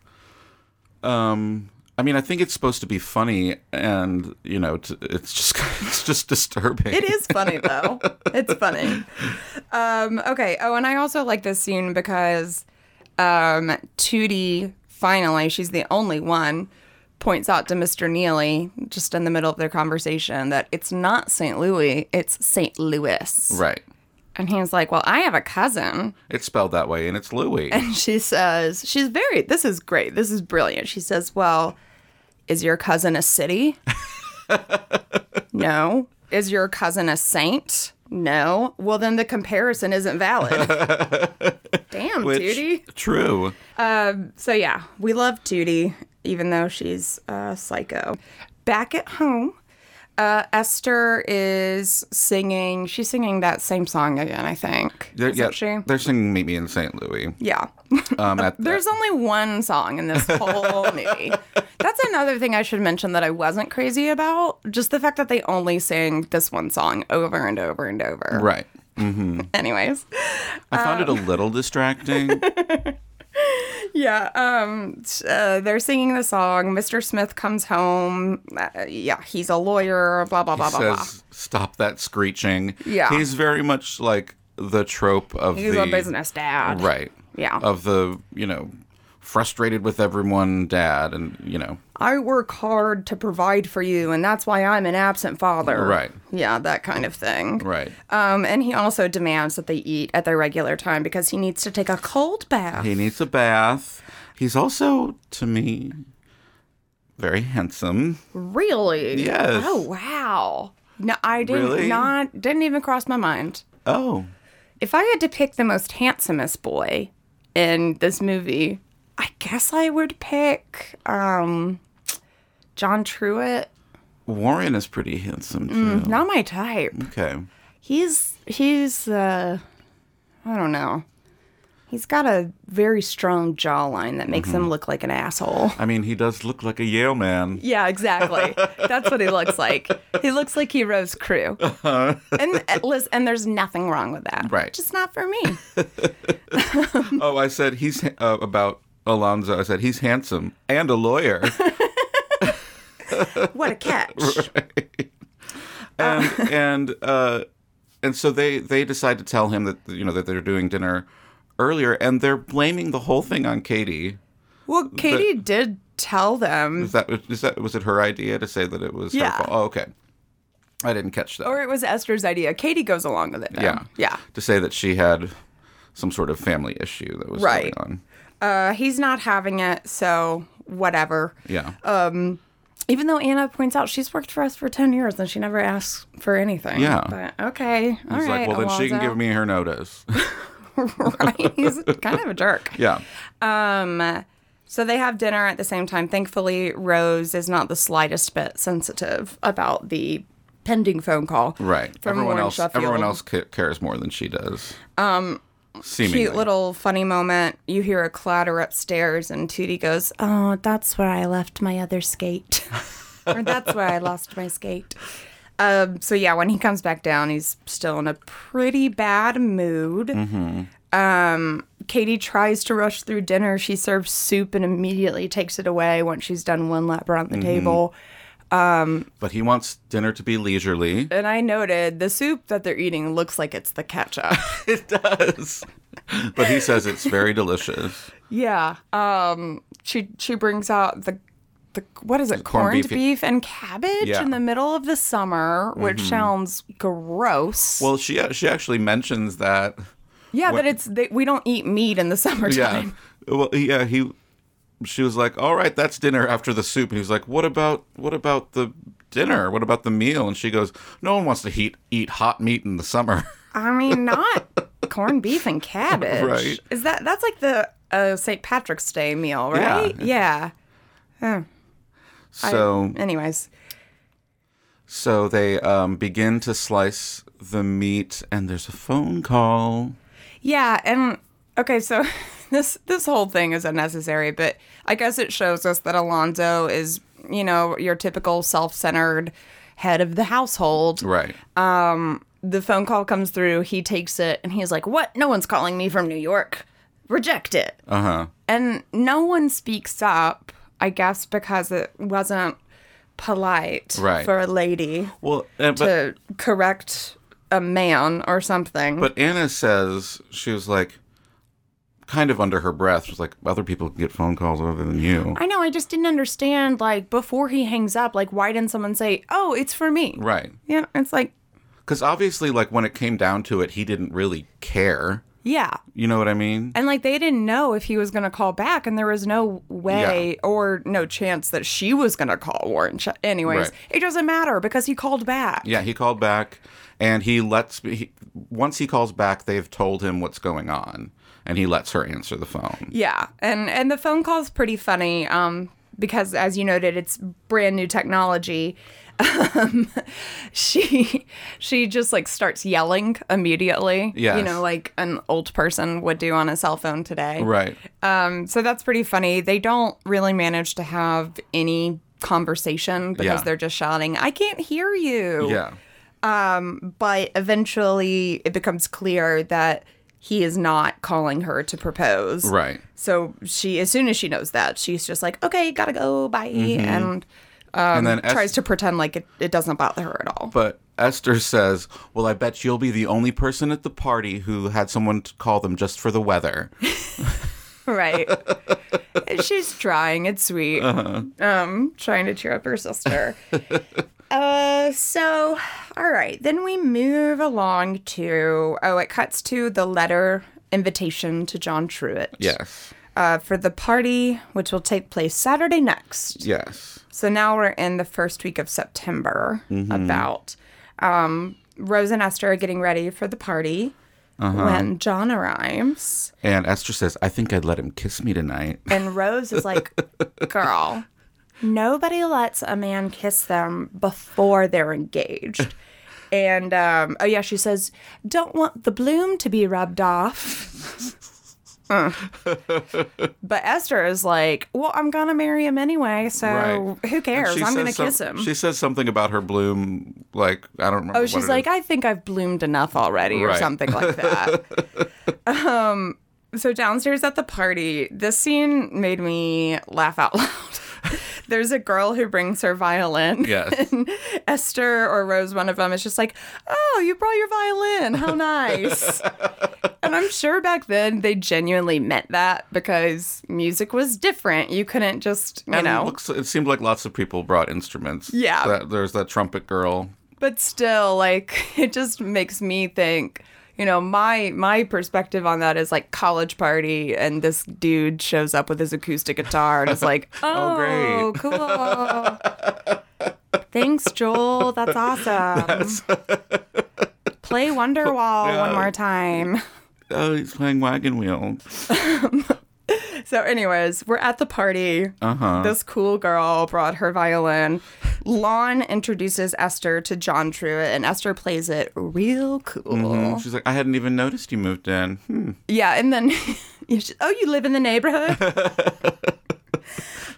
Speaker 1: Um I mean I think it's supposed to be funny and you know t- it's just *laughs* it's just disturbing.
Speaker 3: It is funny though. it's funny. Um, okay. Oh, and I also like this scene because um, Tootie finally, she's the only one, points out to Mr. Neely just in the middle of their conversation that it's not St. Louis, it's St. Louis.
Speaker 1: Right.
Speaker 3: And he's like, "Well, I have a cousin."
Speaker 1: It's spelled that way and it's Louis.
Speaker 3: And *clears throat* she says, "She's very. This is great. This is brilliant." She says, "Well, is your cousin a city?" no. Is your cousin a saint? No. Well, then the comparison isn't valid.
Speaker 1: *laughs*
Speaker 3: Damn,
Speaker 1: Which,
Speaker 3: Tootie.
Speaker 1: True.
Speaker 3: Um, so, yeah, we love Tootie, even though she's a psycho. Back at home, uh, Esther is singing. She's singing that same song again, I think.
Speaker 1: They're,
Speaker 3: Isn't
Speaker 1: yeah,
Speaker 3: she?
Speaker 1: they're singing "Meet Me in St.
Speaker 3: *laughs*
Speaker 1: Louis."
Speaker 3: Yeah.
Speaker 1: Um, at,
Speaker 3: There's only one song in this
Speaker 1: *laughs*
Speaker 3: whole movie. That's another thing I should mention that I wasn't crazy about. Just the fact that they only sing this one song over and over and over.
Speaker 1: right.
Speaker 3: Anyways.
Speaker 1: I found
Speaker 3: Um, *laughs*
Speaker 1: it a little distracting.
Speaker 3: Yeah, um, t- uh, they're singing the song. Mr. Smith comes home. Uh, yeah, he's a lawyer. Blah blah blah blah blah.
Speaker 1: says, "Stop that screeching."
Speaker 3: Yeah.
Speaker 1: he's very much like the trope of
Speaker 3: He's
Speaker 1: the
Speaker 3: a business dad.
Speaker 1: right?
Speaker 3: Yeah.
Speaker 1: of the you know frustrated with everyone, dad, and you know
Speaker 3: I work hard to provide for you, and that's why I'm an absent father.
Speaker 1: Right.
Speaker 3: Yeah, that kind of thing.
Speaker 1: right.
Speaker 3: Um, and he also demands that they eat at their regular time because he needs to take a cold bath.
Speaker 1: He needs a bath. He's also to me very handsome.
Speaker 3: Really?
Speaker 1: Yes.
Speaker 3: Oh wow. No, I didn't
Speaker 1: Really?
Speaker 3: not didn't even cross my mind.
Speaker 1: Oh,
Speaker 3: If I had to pick the most handsomest boy in this movie, I guess I would pick um John Truitt.
Speaker 1: Warren is pretty handsome too.
Speaker 3: Not my type.
Speaker 1: Okay.
Speaker 3: He's he's uh I don't know. He's got a very strong jawline that makes
Speaker 1: Mm-hmm.
Speaker 3: him look like an asshole.
Speaker 1: I mean, he does look like a Yale man.
Speaker 3: Yeah, exactly. That's what he looks like. He looks like he rose crew. And uh, Liz, and there's nothing wrong with that.
Speaker 1: Uh-huh. Right.
Speaker 3: Just not for me.
Speaker 1: Oh, I said he's ha- uh, about Alonzo. I said he's handsome and a
Speaker 3: *laughs*
Speaker 1: lawyer.
Speaker 3: What a catch.
Speaker 1: and and uh, and so they they decide to tell him that you know that they're doing dinner earlier, and they're blaming the whole thing on Katie.
Speaker 3: Well, Katie did tell them
Speaker 1: Is that is that was it her idea to say that it was
Speaker 3: Yeah.
Speaker 1: her fault? Oh, okay. I didn't catch that.
Speaker 3: Or it was Esther's idea. Katie goes along with it. Though.
Speaker 1: Yeah.
Speaker 3: Yeah.
Speaker 1: to say that she had some sort of family issue that was
Speaker 3: Right.
Speaker 1: going on.
Speaker 3: Uh, he's not having it, so whatever.
Speaker 1: Yeah.
Speaker 3: Even though Anna points out she's worked for us for 10 years and she never asks for anything.
Speaker 1: Yeah.
Speaker 3: But okay. all right.
Speaker 1: He's like, well, then she can give
Speaker 3: Alonzo."
Speaker 1: me her notice. *laughs*
Speaker 3: right. *laughs* He's kind of a jerk.
Speaker 1: yeah.
Speaker 3: Um, so they have dinner at the same time. Thankfully, Rose is not the slightest bit sensitive about the pending phone call.
Speaker 1: Right.
Speaker 3: From
Speaker 1: everyone
Speaker 3: Warren
Speaker 1: else,
Speaker 3: Sheffield.
Speaker 1: everyone else ca- cares more than she does. Um, seemingly.
Speaker 3: Cute little funny moment. You hear a clatter upstairs, and Tootie goes,
Speaker 2: Oh, that's where I left my other skate.
Speaker 3: or that's where I lost my skate. Um, so yeah, when he comes back down, he's still in a pretty bad mood. Um, Katie tries to rush through dinner. She serves soup and immediately takes it away once she's done one lap around the table.
Speaker 1: But he wants dinner to be leisurely.
Speaker 3: And I noted the soup that they're eating looks like it's the ketchup.
Speaker 1: *laughs* It does. *laughs* but he says it's very delicious.
Speaker 3: yeah. Um, she she brings out the the what is it?
Speaker 1: corned
Speaker 3: Corned
Speaker 1: beef.
Speaker 3: beef, and cabbage
Speaker 1: Yeah. Mm-hmm.
Speaker 3: in the middle of the summer, which sounds gross.
Speaker 1: Well, she uh, she actually mentions *laughs* that.
Speaker 3: Yeah,
Speaker 1: What-
Speaker 3: that it's they, we don't eat meat in the
Speaker 1: Yeah.
Speaker 3: *laughs* summertime.
Speaker 1: Well, yeah, he. She was like, "All right, that's dinner after the soup." And he was like, "What about what about the dinner? What about the meal?" And she goes, "No one wants to heat eat hot meat in the summer." *laughs*
Speaker 3: I mean, not corned beef and cabbage.
Speaker 1: Right.
Speaker 3: Is that that's like the uh, St. Patrick's Day meal, right? Yeah.
Speaker 1: So
Speaker 3: Anyways,
Speaker 1: so they um, begin to slice the meat, and there's a phone call.
Speaker 3: yeah, and okay, so *laughs* this this whole thing is unnecessary, but I guess it shows us that Alonzo is you know your typical self-centered head of the household.
Speaker 1: Right.
Speaker 3: the phone call comes through. He takes it and he's like, "What? No one's calling me from New York. Reject it." Uh
Speaker 1: Uh-huh.
Speaker 3: huh. And no one speaks up, I guess, because it wasn't polite
Speaker 1: Right.
Speaker 3: for a lady
Speaker 1: well, uh, but,
Speaker 3: to correct a man or something.
Speaker 1: But Anna says she was like, kind of under her breath, was like, other people can get phone calls other than you.
Speaker 3: I know. I just didn't understand. Like before he hangs up, like why didn't someone say, "Oh, it's for me"?
Speaker 1: Right.
Speaker 3: Yeah, it's like
Speaker 1: Because obviously, like when it came down to it, he didn't really care.
Speaker 3: Yeah.
Speaker 1: You know what I mean?
Speaker 3: And like they didn't know if he was going to call back, and there was no way or no chance that she was going to call Warren. Ch- Anyways,
Speaker 1: Right.
Speaker 3: it doesn't matter because he called back.
Speaker 1: Yeah, he called back, and he lets me. He, once he calls back, they've told him what's going on, and he lets her answer the phone.
Speaker 3: Yeah, and and the phone call's pretty funny um, because, as you noted, it's brand new technology. *laughs* Um, she she just like starts yelling immediately. you
Speaker 1: Yes.
Speaker 3: know, like an old person would do on a cell phone today.
Speaker 1: Right.
Speaker 3: Um, so that's pretty funny. They don't really manage to have any conversation because
Speaker 1: Yeah.
Speaker 3: they're just shouting, "I can't hear you."
Speaker 1: Yeah.
Speaker 3: But eventually, it becomes clear that he is not calling her to propose.
Speaker 1: Right.
Speaker 3: So she, as soon as she knows that, she's just like, okay, gotta go, bye, and
Speaker 1: and then Es-
Speaker 3: Um, tries to pretend like it, it doesn't bother her at all.
Speaker 1: but Esther says, "Well, I bet you'll be the only person at the party who had someone to call them just for the weather."
Speaker 3: right. *laughs* she's trying. It's sweet. Um, trying to cheer up her sister. uh, so, all right. Then we move along to, oh, it cuts to the letter invitation to John Truitt.
Speaker 1: *laughs* yes.
Speaker 3: Uh, for the party, which will take place Saturday next.
Speaker 1: Yes.
Speaker 3: So now we're in the first week of September,
Speaker 1: Mm-hmm.
Speaker 3: about. Um, Rose and Esther are getting ready for the party
Speaker 1: Uh-huh.
Speaker 3: when John arrives.
Speaker 1: And Esther says, "I think I'd let him kiss me tonight."
Speaker 3: And Rose is
Speaker 1: *laughs*
Speaker 3: like, girl, nobody lets a man kiss them before they're engaged. And um, oh, yeah, she says, don't want the bloom to be
Speaker 1: *laughs*
Speaker 3: rubbed off. Uh. But Esther is like, well, I'm going to marry him anyway, so
Speaker 1: Right.
Speaker 3: who
Speaker 1: And
Speaker 3: cares?
Speaker 1: she
Speaker 3: I'm going to
Speaker 1: says some-
Speaker 3: kiss him.
Speaker 1: She says something about her bloom, like I don't remember.
Speaker 3: Oh,
Speaker 1: what it
Speaker 3: she's
Speaker 1: is.
Speaker 3: like, *laughs* I think I've bloomed enough already, or
Speaker 1: Right.
Speaker 3: something
Speaker 1: *laughs*
Speaker 3: like that. um, so downstairs at the party, this scene made me laugh out loud. *laughs* There's a girl who brings her violin.
Speaker 1: Yes.
Speaker 3: And *laughs* Esther or Rose, one of them, is just like, "Oh, you brought your violin. How
Speaker 1: *laughs*
Speaker 3: nice." and I'm sure back then they genuinely meant that because music was different. You couldn't just, you
Speaker 1: And
Speaker 3: know.
Speaker 1: It, looks, it seemed like lots of people brought instruments.
Speaker 3: Yeah.
Speaker 1: That, there's that trumpet girl.
Speaker 3: but still like *laughs* it just makes me think you know my my perspective on that is like college party and this dude shows up with his acoustic guitar and it's like oh,
Speaker 1: Oh, great."
Speaker 3: cool thanks joel that's awesome play wonderwall one more time *laughs*
Speaker 1: Oh, he's playing wagon wheel.
Speaker 3: So, anyways, we're at the party.
Speaker 1: Uh-huh.
Speaker 3: This cool girl brought her violin. Lon introduces Esther to John Truitt, and Esther plays it real cool.
Speaker 1: She's like, I hadn't even noticed you moved in. Hmm.
Speaker 3: Yeah, and then, *laughs* you should- oh, you live in the neighborhood?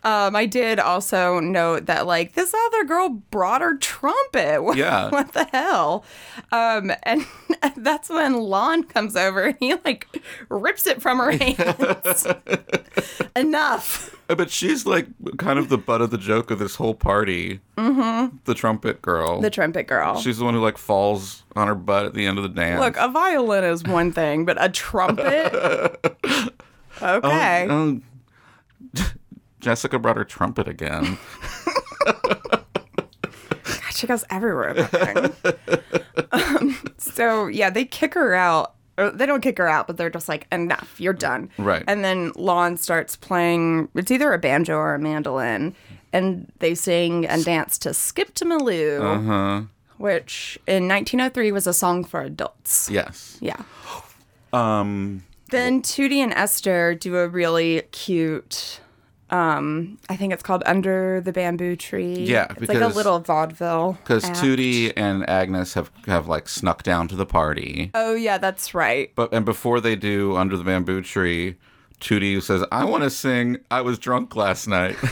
Speaker 3: um, I did also note that, like, this other girl brought her trumpet. *laughs* What,
Speaker 1: Yeah.
Speaker 3: What the hell? Um, and *laughs* that's when Lon comes over and he, like, rips it from her hands. Enough.
Speaker 1: Uh, But she's like kind of the butt of the joke of this whole party. Mm-hmm. The trumpet girl.
Speaker 3: The trumpet girl.
Speaker 1: she's the one who like falls on her butt at the end of the dance.
Speaker 3: Look, a violin is one thing, but a trumpet. Okay.
Speaker 1: Oh, *laughs* Jessica brought her trumpet
Speaker 3: *laughs*
Speaker 1: again.
Speaker 3: God, she goes everywhere. with that thing. Um, so yeah, they kick her out. Or they don't kick her out, but they're just like, enough, you're done.
Speaker 1: Right.
Speaker 3: And then Lon starts playing. It's either a banjo or a mandolin, and they sing and dance to "Skip to Maloo," which in 1903 was a song for adults.
Speaker 1: yes.
Speaker 3: Yeah.
Speaker 1: Um.
Speaker 3: Then Tootie and Esther do a really cute. Um, I think it's called Under the Bamboo Tree.
Speaker 1: Yeah,
Speaker 3: it's like a
Speaker 1: because-
Speaker 3: little vaudeville.
Speaker 1: Because
Speaker 3: act.
Speaker 1: Tootie and Agnes have have like snuck down to the party.
Speaker 3: Oh yeah, that's right.
Speaker 1: But and before they do under the bamboo tree, Tootie says, "I want to sing. I was drunk last night." *laughs*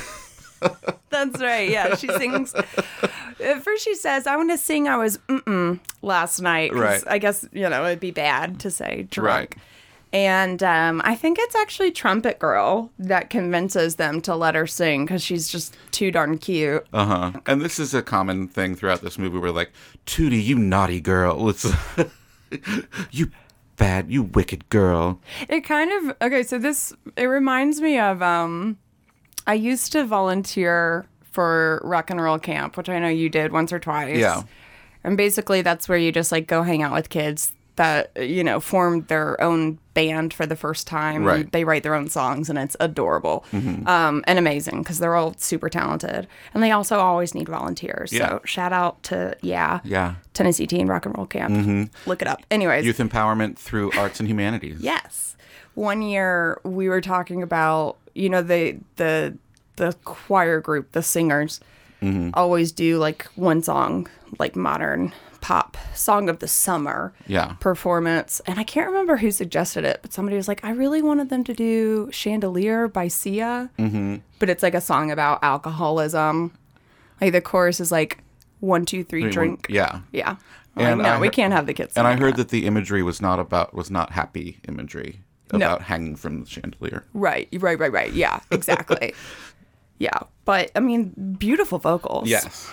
Speaker 3: That's right. Yeah, she sings. At first, she says, "I want to sing." I was mm-mm last night. 'cause
Speaker 1: Right.
Speaker 3: I guess you know it'd be bad to say drunk.
Speaker 1: Right.
Speaker 3: And um, I think it's actually Trumpet Girl that convinces them to let her sing because she's just too darn cute.
Speaker 1: Uh huh. And this is a common thing throughout this movie where like, Tootie, you naughty girl. It's *laughs* you bad, you wicked girl.
Speaker 3: It kind of okay. So this it reminds me of um, I used to volunteer for rock and roll camp, which I know you did once or twice.
Speaker 1: Yeah.
Speaker 3: and basically that's where you just like go hang out with kids that you know formed their own band for the first time.
Speaker 1: Right. Mm-hmm.
Speaker 3: They write their own songs, and it's adorable um, and amazing because they're all super talented, and they also always need volunteers.
Speaker 1: Yeah.
Speaker 3: So shout out to yeah,
Speaker 1: Yeah. Mm-hmm.
Speaker 3: Tennessee Teen Rock and Roll Camp. Look it up. Anyways,
Speaker 1: Youth empowerment through arts and humanities.
Speaker 3: Yes. One year we were talking about, you know, the the the choir group, the singers
Speaker 1: Mm-hmm.
Speaker 3: always do like one song, like modern pop song of the summer
Speaker 1: Yeah.
Speaker 3: performance. And I can't remember who suggested it, but somebody was like, I really wanted them to do Chandelier by Sia. Mm-hmm. But it's like a song about alcoholism. Like the chorus is like one, two, three, drink.
Speaker 1: Yeah.
Speaker 3: Yeah.
Speaker 1: And
Speaker 3: And no,
Speaker 1: I
Speaker 3: we
Speaker 1: heard-
Speaker 3: can't have the kids.
Speaker 1: And I
Speaker 3: singing
Speaker 1: heard that
Speaker 3: that.
Speaker 1: the imagery was not about was not happy imagery about hanging from the chandelier.
Speaker 3: Right, right, right, right. Yeah, exactly. yeah, but I mean, beautiful vocals.
Speaker 1: Yes.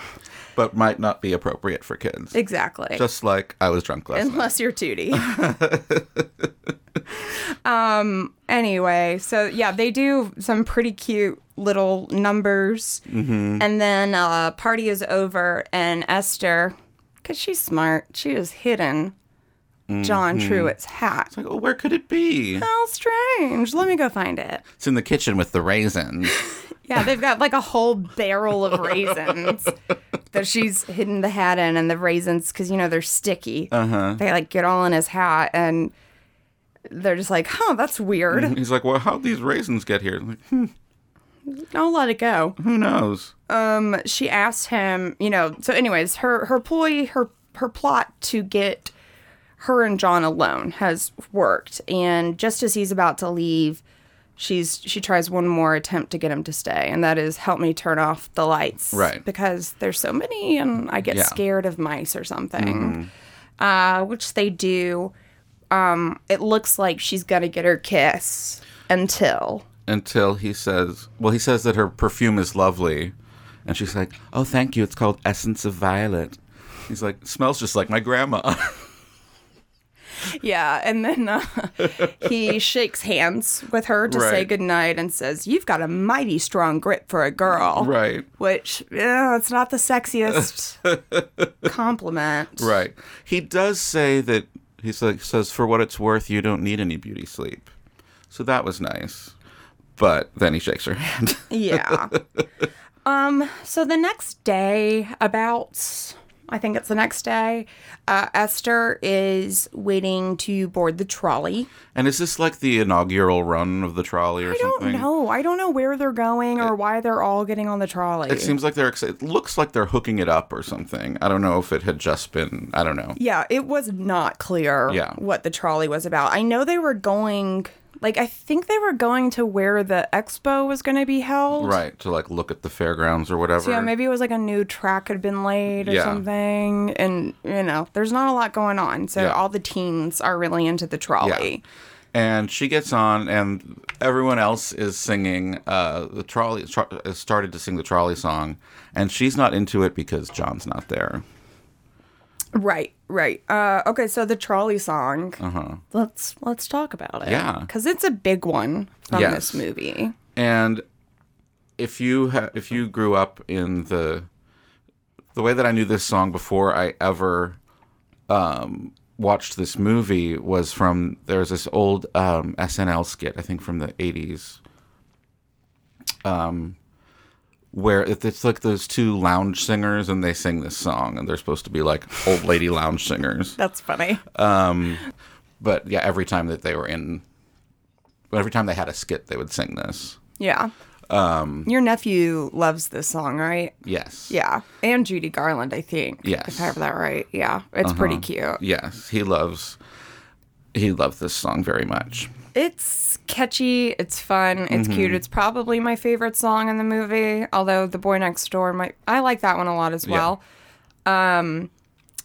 Speaker 1: But might not be appropriate for kids.
Speaker 3: exactly.
Speaker 1: Just like I was drunk last night.
Speaker 3: Unless you're Tootie. um. Anyway, so yeah, they do some pretty cute little numbers, and then uh, party is over, and Esther, because she's smart, she has hidden John Truitt's hat.
Speaker 1: Like, oh, where could it
Speaker 3: *laughs*
Speaker 1: be?
Speaker 3: How strange. Let me go find it.
Speaker 1: It's in the kitchen with the
Speaker 3: *laughs*
Speaker 1: raisins.
Speaker 3: Yeah, they've got like a whole barrel of raisins that she's hidden the hat in, and the raisins, because you know they're sticky. They like get all in his hat, and they're just like, "Huh, that's weird.
Speaker 1: He's like, well, how'd these raisins get here? I'm like, "Hmm,
Speaker 3: I'll let it go."
Speaker 1: who knows?
Speaker 3: Um, she asked him, you know. So, anyways, her her ploy, her her plot to get her and John alone has worked, and just as he's about to leave, she's she tries one more attempt to get him to stay, and that is help me turn off the lights,
Speaker 1: Right.
Speaker 3: Because there's so many, and I get
Speaker 1: Yeah. Mm-hmm.
Speaker 3: scared of mice or something, uh, which they do. Um, it looks like she's gonna get her kiss until
Speaker 1: Until he says, well, he says that her perfume is lovely. And she's like, oh, thank you. It's called Essence of Violet. He's like, smells just like my grandma. *laughs*
Speaker 3: Yeah, and then uh, *laughs* he shakes hands with her to say
Speaker 1: Right.
Speaker 3: goodnight and says, "You've got a mighty strong grip for a girl."
Speaker 1: right.
Speaker 3: Which, yeah, it's not
Speaker 1: *laughs*
Speaker 3: the sexiest compliment.
Speaker 1: Right. He does say that he like, says, for what it's worth, you don't need any beauty sleep. So that was nice. But then he shakes her hand. *laughs*
Speaker 3: Yeah. um. So the next day, about I think it's the next day, uh, Esther is waiting to board the trolley.
Speaker 1: and is this like the inaugural run of the trolley or
Speaker 3: I don't
Speaker 1: something?
Speaker 3: know. I don't know where they're going or why they're all getting on the trolley.
Speaker 1: It seems like they're. ex- It looks like they're hooking it up or something. I don't know if it had just been. I don't know.
Speaker 3: Yeah, it was not clear
Speaker 1: Yeah.
Speaker 3: what the trolley was about. I know they were going, like, I think they were going to where the expo was going to be held.
Speaker 1: Right to like look at the fairgrounds or whatever.
Speaker 3: So, yeah, maybe it was like a new track had been laid or
Speaker 1: Yeah.
Speaker 3: something. And, you know, there's not a lot going on. So,
Speaker 1: Yeah.
Speaker 3: all the teens are really into the trolley.
Speaker 1: And she gets on, and everyone else is singing uh, the trolley. Tro- has started to sing the trolley song, and she's not into it because John's not there.
Speaker 3: Right, right. Uh, okay, so the trolley song. Uh-huh. Let's let's talk about it.
Speaker 1: Yeah.
Speaker 3: because it's a big one from
Speaker 1: Yes.
Speaker 3: this movie.
Speaker 1: And if you ha- if you grew up in the the way that I knew this song before I ever um, watched this movie was from there's this old um, SNL skit I think from the '80s, um, where it- it's like those two lounge singers and they sing this song and they're supposed to be like old lady lounge singers
Speaker 3: That's funny.
Speaker 1: but yeah, every time that they were in, every time they had a skit, they would sing this.
Speaker 3: Yeah. Um, Your nephew loves this song, right?
Speaker 1: Yes.
Speaker 3: Yeah. And Judy Garland, I think.
Speaker 1: Yes.
Speaker 3: If I have that right. Yeah. It's pretty cute.
Speaker 1: Yes. He loves. He loved this song very much.
Speaker 3: It's catchy. It's fun. It's cute. It's probably my favorite song in the movie, although The Boy Next Door might. I like that one a lot as well. Um,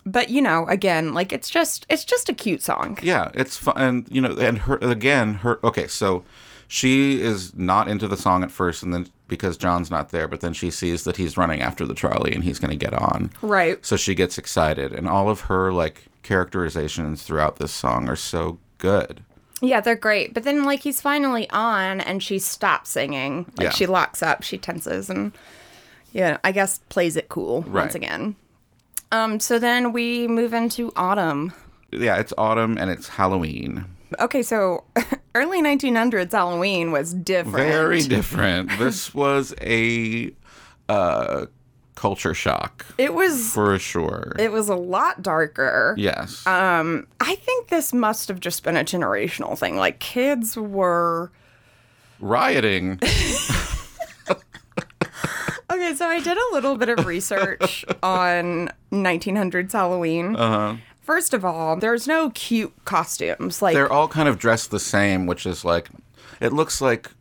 Speaker 3: but you know, again, like it's just it's just a cute song.
Speaker 1: Yeah, it's fun. And, you know, and her again, her okay, so she is not into the song at first, and then because John's not there, but then she sees that he's running after the trolley and he's going to get on.
Speaker 3: Right.
Speaker 1: So she gets excited, and all of her like characterizations throughout this song are so good.
Speaker 3: Yeah, they're great. But then like he's finally on and she stops singing. Like
Speaker 1: Yeah.
Speaker 3: she locks up, she tenses and yeah, I guess plays it cool
Speaker 1: Right.
Speaker 3: once again. Um so then we move into autumn.
Speaker 1: yeah, it's autumn and it's Halloween.
Speaker 3: Okay, so *laughs* early 1900s Halloween was different.
Speaker 1: Very different. *laughs* This was a uh, culture shock
Speaker 3: It was
Speaker 1: for sure.
Speaker 3: it was a lot darker.
Speaker 1: yes.
Speaker 3: Um, I think this must have just been a generational thing. Like kids were
Speaker 1: Rioting.
Speaker 3: Okay, so I did a little bit
Speaker 1: *laughs*
Speaker 3: of research on 1900s Halloween. Uh-huh. First of all, there's no cute costumes.
Speaker 1: *laughs*
Speaker 3: Like
Speaker 1: They're all kind of dressed the same, which is like, it looks like,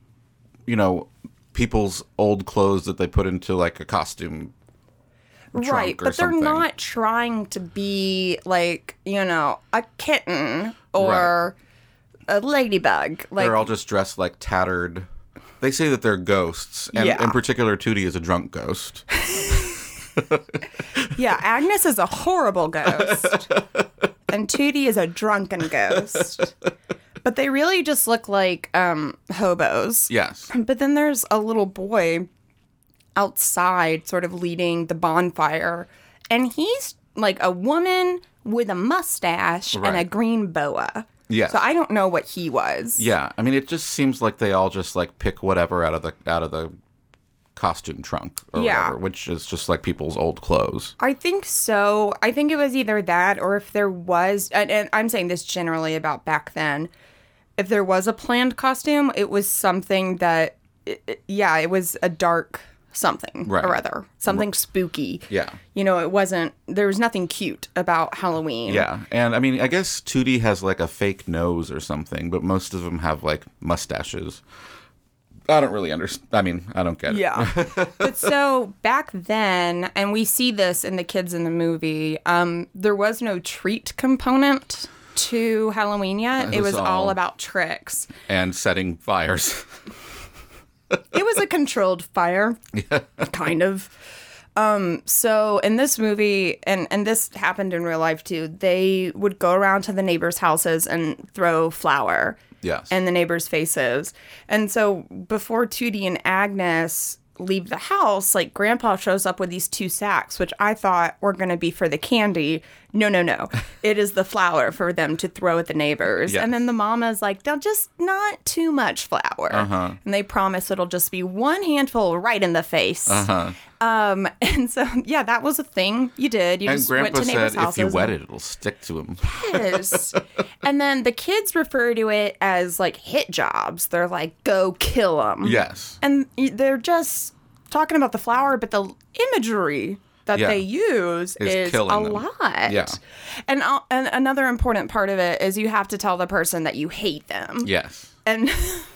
Speaker 1: you know, people's old clothes that they put into like a costume.
Speaker 3: right,
Speaker 1: drunk or
Speaker 3: but they're
Speaker 1: something.
Speaker 3: not trying to be like, you know, a kitten or a ladybug. Like
Speaker 1: They're all just dressed like tattered. They say that they're ghosts, and
Speaker 3: Yeah.
Speaker 1: in particular, Tootie is a drunk ghost.
Speaker 3: Yeah, Agnes is a horrible ghost.
Speaker 1: *laughs*
Speaker 3: and Tootie is a drunken ghost. But they really just look like um
Speaker 1: *laughs*
Speaker 3: hobos.
Speaker 1: Yes.
Speaker 3: But then there's a little boy outside, sort of leading the bonfire, and he's like a woman with a mustache and a
Speaker 1: Right.
Speaker 3: green boa.
Speaker 1: Yes.
Speaker 3: So I don't know what he was.
Speaker 1: Yeah, I mean, it just seems like they all just like pick whatever out of the out of the costume trunk or
Speaker 3: Yeah.
Speaker 1: whatever, which is just like people's old clothes.
Speaker 3: I think so. I think it was either that or if there was, and, and I'm saying this generally about back then, if there was a planned costume, it was something that, i i- yeah, it was a dark something
Speaker 1: Right.
Speaker 3: or other, something spooky.
Speaker 1: Yeah.
Speaker 3: You know, it wasn't, there was nothing cute about Halloween.
Speaker 1: Yeah, and I mean, I guess Tootie has like a fake nose or something, but most of them have like mustaches. I don't really understand. I mean, I don't get it.
Speaker 3: Yeah. but so back then, and we see this in the kids in the movie, um, there was no treat component to Halloween yet. It
Speaker 1: was
Speaker 3: was all
Speaker 1: all-
Speaker 3: about tricks.
Speaker 1: And setting fires. *laughs*
Speaker 3: it was a controlled fire *laughs* kind of um so in this movie and and this happened in real life too they would go around to the neighbors houses and throw flour
Speaker 1: Yes.
Speaker 3: in the neighbors faces and so before Tootie and Agnes leave the house like grandpa shows up with these two sacks which i thought were going to be for the candy no no
Speaker 1: *laughs*
Speaker 3: no it is the flour for them to throw at the neighbors
Speaker 1: Yes.
Speaker 3: and then the mama's like they'll just not too much flour
Speaker 1: Uh-huh.
Speaker 3: and they promise it'll just be one handful right in the face
Speaker 1: Uh-huh.
Speaker 3: um *laughs* and so yeah that was a thing you did you
Speaker 1: and
Speaker 3: just went
Speaker 1: Grandpa
Speaker 3: to neighbors
Speaker 1: said, if you
Speaker 3: houses
Speaker 1: wet
Speaker 3: and-
Speaker 1: it, it'll stick to him.
Speaker 3: Yes. and then the kids refer to it as like hit jobs they're like go kill them
Speaker 1: Yes.
Speaker 3: and y- they're just talking about the flower, but the imagery that
Speaker 1: Yeah.
Speaker 3: they use
Speaker 1: Is
Speaker 3: is, a
Speaker 1: killing them.
Speaker 3: lot.
Speaker 1: Yeah.
Speaker 3: And, i and another important part of it is you have to tell the person that you hate them.
Speaker 1: Yes. *laughs*
Speaker 3: And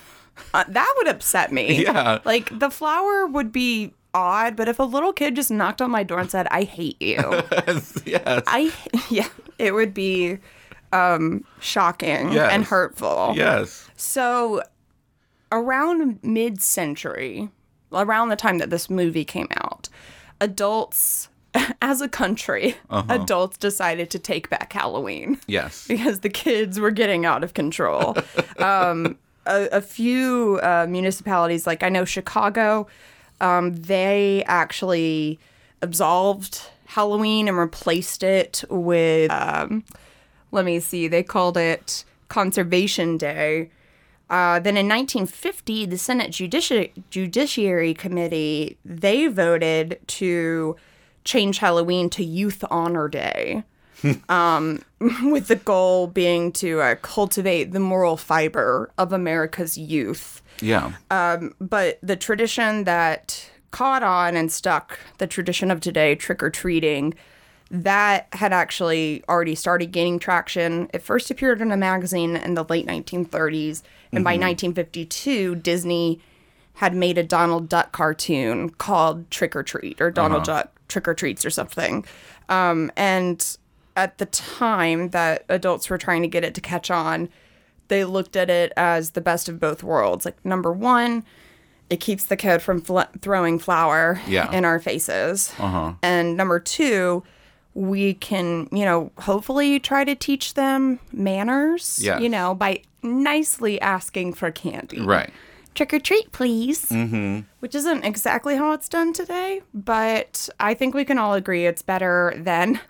Speaker 3: *laughs* uh, that would upset me.
Speaker 1: Yeah.
Speaker 3: Like the flower would be odd, but if a little kid just knocked on my door and said, I hate you,
Speaker 1: yes. *laughs*
Speaker 3: I, yeah, it would be um shocking
Speaker 1: Yes.
Speaker 3: and hurtful.
Speaker 1: yes.
Speaker 3: So, around mid century, around the time that this movie came out, adults, *laughs* as a country,
Speaker 1: Uh-huh.
Speaker 3: adults decided to take back Halloween
Speaker 1: Yes.
Speaker 3: *laughs* because the kids were getting out of control. um, a, a few uh, municipalities, like I know Chicago, um, they actually absolved Halloween and replaced it with, um, let me see, they called it Conservation Day. Uh, then in 1950, the Senate Judici- Judiciary Committee they voted to change Halloween to Youth Honor Day *laughs* with the goal being to uh, cultivate the moral fiber of America's youth.
Speaker 1: Yeah.
Speaker 3: But the tradition that caught on and stuck, the tradition of today, trick or treating, that had actually already started gaining traction. It first appeared in a magazine in the late 1930s, and by 1952, Disney had made a Donald Duck cartoon called Trick or Treat or Donald Duck Trick or Treats or something. Um, and at the time that adults were trying to get it to catch on, they looked at it as the best of both worlds. Like, number one, it keeps the kid from fl- throwing flour
Speaker 1: Yeah. Uh-huh.
Speaker 3: in our faces. And number two, we can, you know, hopefully try to teach them manners,
Speaker 1: Yes.
Speaker 3: you know, by nicely asking for candy
Speaker 1: right.
Speaker 3: trick or treat, please. Mm-hmm. Which isn't exactly how it's done today, but I think we can all agree it's better than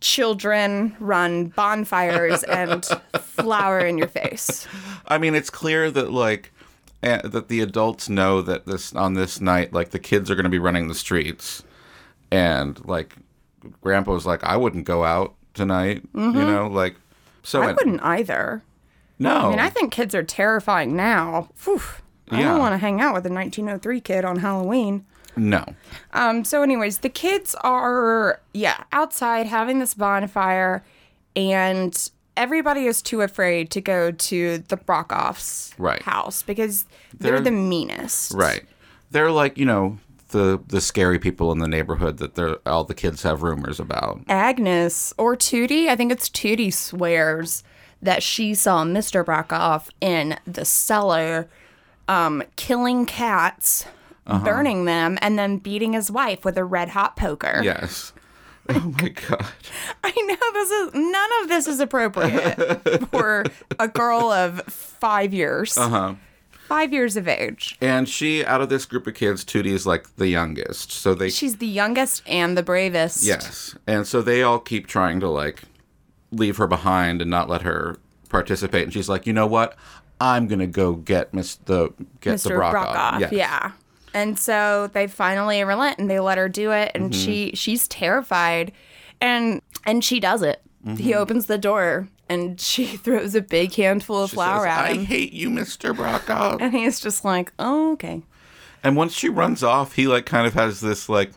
Speaker 3: children run
Speaker 1: *laughs*
Speaker 3: bonfires and flour in your face.
Speaker 1: I mean, it's clear that like eh, that the adults know that this on this night, like the kids are going to be running the streets, and like Grandpa's like, I wouldn't go out tonight. You know, like so.
Speaker 3: Mm-hmm. I
Speaker 1: and-
Speaker 3: wouldn't either.
Speaker 1: No,
Speaker 3: I mean, I think kids are terrifying now. Phew. I
Speaker 1: Yeah.
Speaker 3: don't want to hang out with a 1903 kid on Halloween.
Speaker 1: no.
Speaker 3: Um, so, anyways, the kids are, yeah, outside having this bonfire, and everybody is too afraid to go to the Brockoff's
Speaker 1: Right.
Speaker 3: house because they're,
Speaker 1: They're-
Speaker 3: the meanest.
Speaker 1: Right. They're like, you know, the the scary people in the neighborhood that they're all the kids have rumors about.
Speaker 3: Agnes or Tootie, I think it's Tootie, swears that she saw Mr. Brockoff in the cellar um, killing cats, burning them, and then beating his wife with a red hot poker.
Speaker 1: Yes. *laughs* Oh my god.
Speaker 3: *laughs* I know this is none of this is appropriate for a girl of five years. Uh-huh. Five years of age.
Speaker 1: And she out of this group of kids, Tootie is like the youngest. So they
Speaker 3: She's the youngest and the bravest.
Speaker 1: Yes. And so they all keep trying to like leave her behind and not let her participate and she's like, "You know what? I'm going to go get Miss the get the
Speaker 3: Mr.
Speaker 1: Brock
Speaker 3: Brockoff. Yeah. And so they finally relent and they let her do it
Speaker 1: Mm-hmm.
Speaker 3: and she she's terrified and and she does it.
Speaker 1: Mm-hmm.
Speaker 3: He opens the door and she *laughs* throws a big handful of
Speaker 1: She
Speaker 3: flour
Speaker 1: says,
Speaker 3: at
Speaker 1: I
Speaker 3: him.
Speaker 1: hate you, Mr. Brockoff.
Speaker 3: and he's just like,
Speaker 1: *laughs*
Speaker 3: "Oh, okay.
Speaker 1: And once she runs off, he like kind of has this like,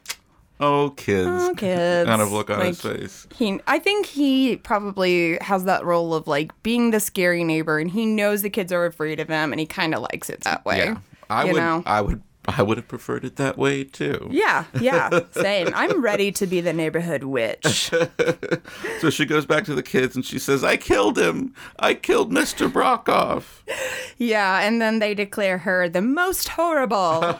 Speaker 1: oh kids,
Speaker 3: Oh, kids.
Speaker 1: kind of look on his
Speaker 3: Like,
Speaker 1: face.
Speaker 3: He, I think he probably has that role of like being the scary neighbor, and he knows the kids are afraid of him, and he kind of likes it that way.
Speaker 1: Yeah, I
Speaker 3: you
Speaker 1: would,
Speaker 3: know?
Speaker 1: I would, I would have preferred it that way too.
Speaker 3: yeah,
Speaker 1: *laughs*
Speaker 3: yeah. Same. I'm ready to be the neighborhood witch.
Speaker 1: So she goes back to the kids and she says, "I killed him. I killed Mr.
Speaker 3: *laughs*
Speaker 1: Brockoff."
Speaker 3: yeah, and then they declare her the most horrible,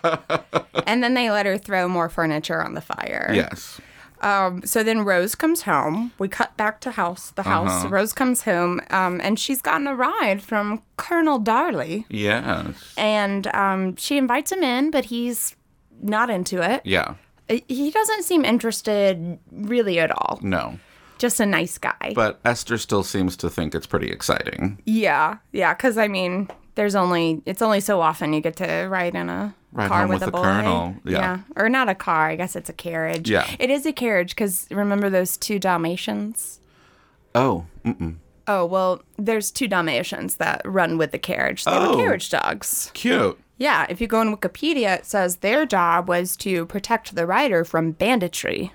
Speaker 3: and then they let her throw more furniture on the fire.
Speaker 1: yes,
Speaker 3: Um, so then Rose comes home. We cut back to house, the house. Rose comes home, um, and she's gotten a ride from Colonel Darley.
Speaker 1: yes,
Speaker 3: and um, she invites him in, but he's not into it.
Speaker 1: yeah.
Speaker 3: He doesn't seem interested really at all.
Speaker 1: No,
Speaker 3: Just a nice guy.
Speaker 1: but Esther still seems to think it's pretty exciting.
Speaker 3: yeah, yeah. Because I mean, there's only it's only so often you get to ride in a
Speaker 1: Ride
Speaker 3: car
Speaker 1: home
Speaker 3: with,
Speaker 1: with
Speaker 3: a
Speaker 1: the
Speaker 3: boy.
Speaker 1: colonel, yeah.
Speaker 3: or not a car. I guess it's a carriage.
Speaker 1: Yeah.
Speaker 3: it is a carriage. Because remember those two Dalmatians.
Speaker 1: Oh, mm-mm.
Speaker 3: Oh well, there's two Dalmatians that run with the carriage. They
Speaker 1: Oh.
Speaker 3: were carriage dogs.
Speaker 1: cute.
Speaker 3: Yeah, if you go on Wikipedia, it says their job was to protect the rider from banditry.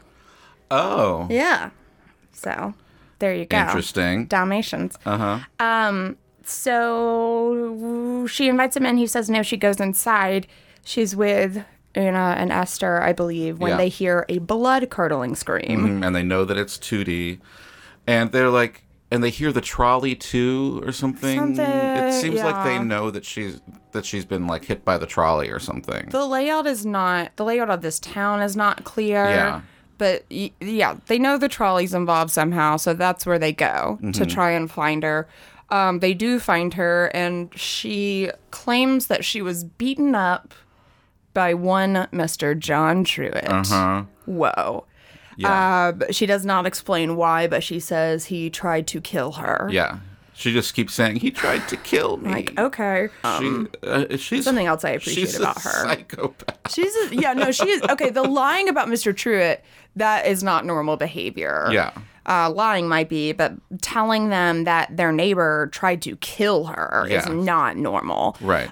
Speaker 1: Oh,
Speaker 3: Yeah. So, there you go.
Speaker 1: interesting.
Speaker 3: Dalmatians. Uh
Speaker 1: Uh-huh.
Speaker 3: huh. Um. So she invites him in. He says no. She goes inside. She's with Una and Esther, I believe, when
Speaker 1: Yeah.
Speaker 3: they hear a blood curdling scream.
Speaker 1: Mm, and they know that it's 2D, and they're like, and they hear the trolley too or something. it
Speaker 3: Something,
Speaker 1: seems like they
Speaker 3: yeah.
Speaker 1: know that she's that she's been like hit by the trolley or something.
Speaker 3: The layout is not the layout of this town is not clear.
Speaker 1: Yeah.
Speaker 3: But y- yeah, they know the trolley's involved somehow, so that's where they go
Speaker 1: Mm-hmm.
Speaker 3: to try and find her. Um, they do find her, and she claims that she was beaten up by one Mr. John Truitt.
Speaker 1: huh?
Speaker 3: Whoa. Uh, but she does not explain why, but she says he tried to kill her.
Speaker 1: Yeah. She just keeps saying he tried to kill me.
Speaker 3: Like, okay.
Speaker 1: she, uh, she's
Speaker 3: Something else I appreciate
Speaker 1: she's a
Speaker 3: about her.
Speaker 1: Psychopath.
Speaker 3: She's a, yeah, no, she is okay. The lying about Mr. Truitt that is not normal behavior.
Speaker 1: Yeah.
Speaker 3: Uh, lying might be, but telling them that their neighbor tried to kill her is
Speaker 1: Yeah.
Speaker 3: not normal.
Speaker 1: Right.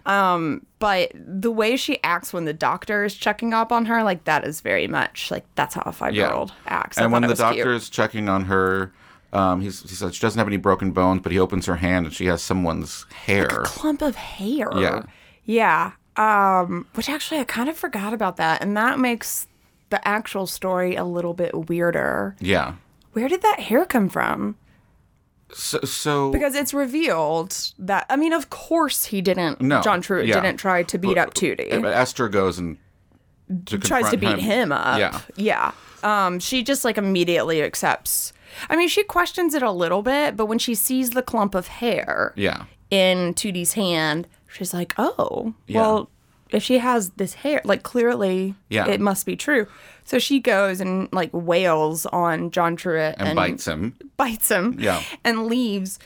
Speaker 3: But the way she acts when the doctor is checking up on her, like that is very much like that's how a five year old acts. I
Speaker 1: and when
Speaker 3: thought it
Speaker 1: the
Speaker 3: was cute.
Speaker 1: doctor is checking on her, um, he's, he says she doesn't have any broken bones, but he opens her hand and she has someone's hair.
Speaker 3: clump of hair.
Speaker 1: Yeah.
Speaker 3: Yeah. Um, which actually I kind of forgot about that, and that makes the actual story a little bit weirder.
Speaker 1: yeah.
Speaker 3: Where did that hair come from?
Speaker 1: So, so
Speaker 3: Because it's revealed that I mean, of course he didn't.
Speaker 1: No,
Speaker 3: John Truitt
Speaker 1: yeah.
Speaker 3: didn't try to beat up Tootie.
Speaker 1: but Esther goes and to
Speaker 3: Tries to beat
Speaker 1: confront
Speaker 3: him. up.
Speaker 1: Yeah.
Speaker 3: Yeah. Um, she just like immediately accepts. I mean, she questions it a little bit, but when she sees the clump of hair
Speaker 1: Yeah.
Speaker 3: in Tootie's hand, she's like, "Oh, well, if she has this hair, like clearly
Speaker 1: Yeah.
Speaker 3: it must be true. So she goes and like wails on John Truitt
Speaker 1: and bites him.
Speaker 3: bites him
Speaker 1: Yeah.
Speaker 3: and leaves.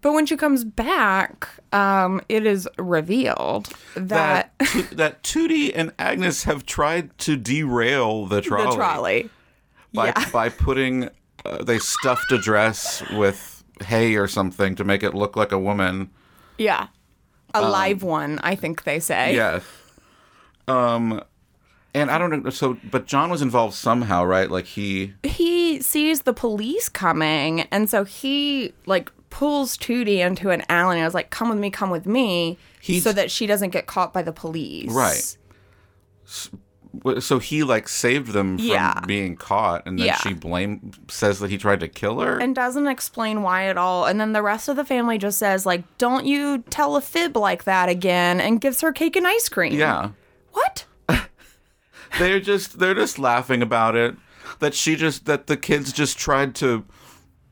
Speaker 3: But when she comes back, um, it is revealed that, *laughs*
Speaker 1: That Tu- that Tootie and Agnes have tried to derail the trolley,
Speaker 3: the trolley.
Speaker 1: by
Speaker 3: yeah.
Speaker 1: by putting uh, they stuffed a dress with hay or something to make it look like a woman.
Speaker 3: Yeah. A live one, I think they *laughs* say.
Speaker 1: Um, Yeah. Um and I don't know so but John was involved somehow, right? Like he
Speaker 3: He sees the police coming, and so he like pulls Tootie into an alley and is like, "Come with me, come with me,"
Speaker 1: He's-
Speaker 3: so that she doesn't get caught by the police.
Speaker 1: Right. w- so he like saved them from
Speaker 3: Yeah.
Speaker 1: being caught and then
Speaker 3: Yeah.
Speaker 1: she blame says that he tried to kill her.
Speaker 3: and doesn't explain why at all. And then the rest of the family just says, like, don't you tell a fib like that again and gives her cake and ice cream.
Speaker 1: yeah.
Speaker 3: What?
Speaker 1: They're just they're just laughing about it that she just that the kids just tried to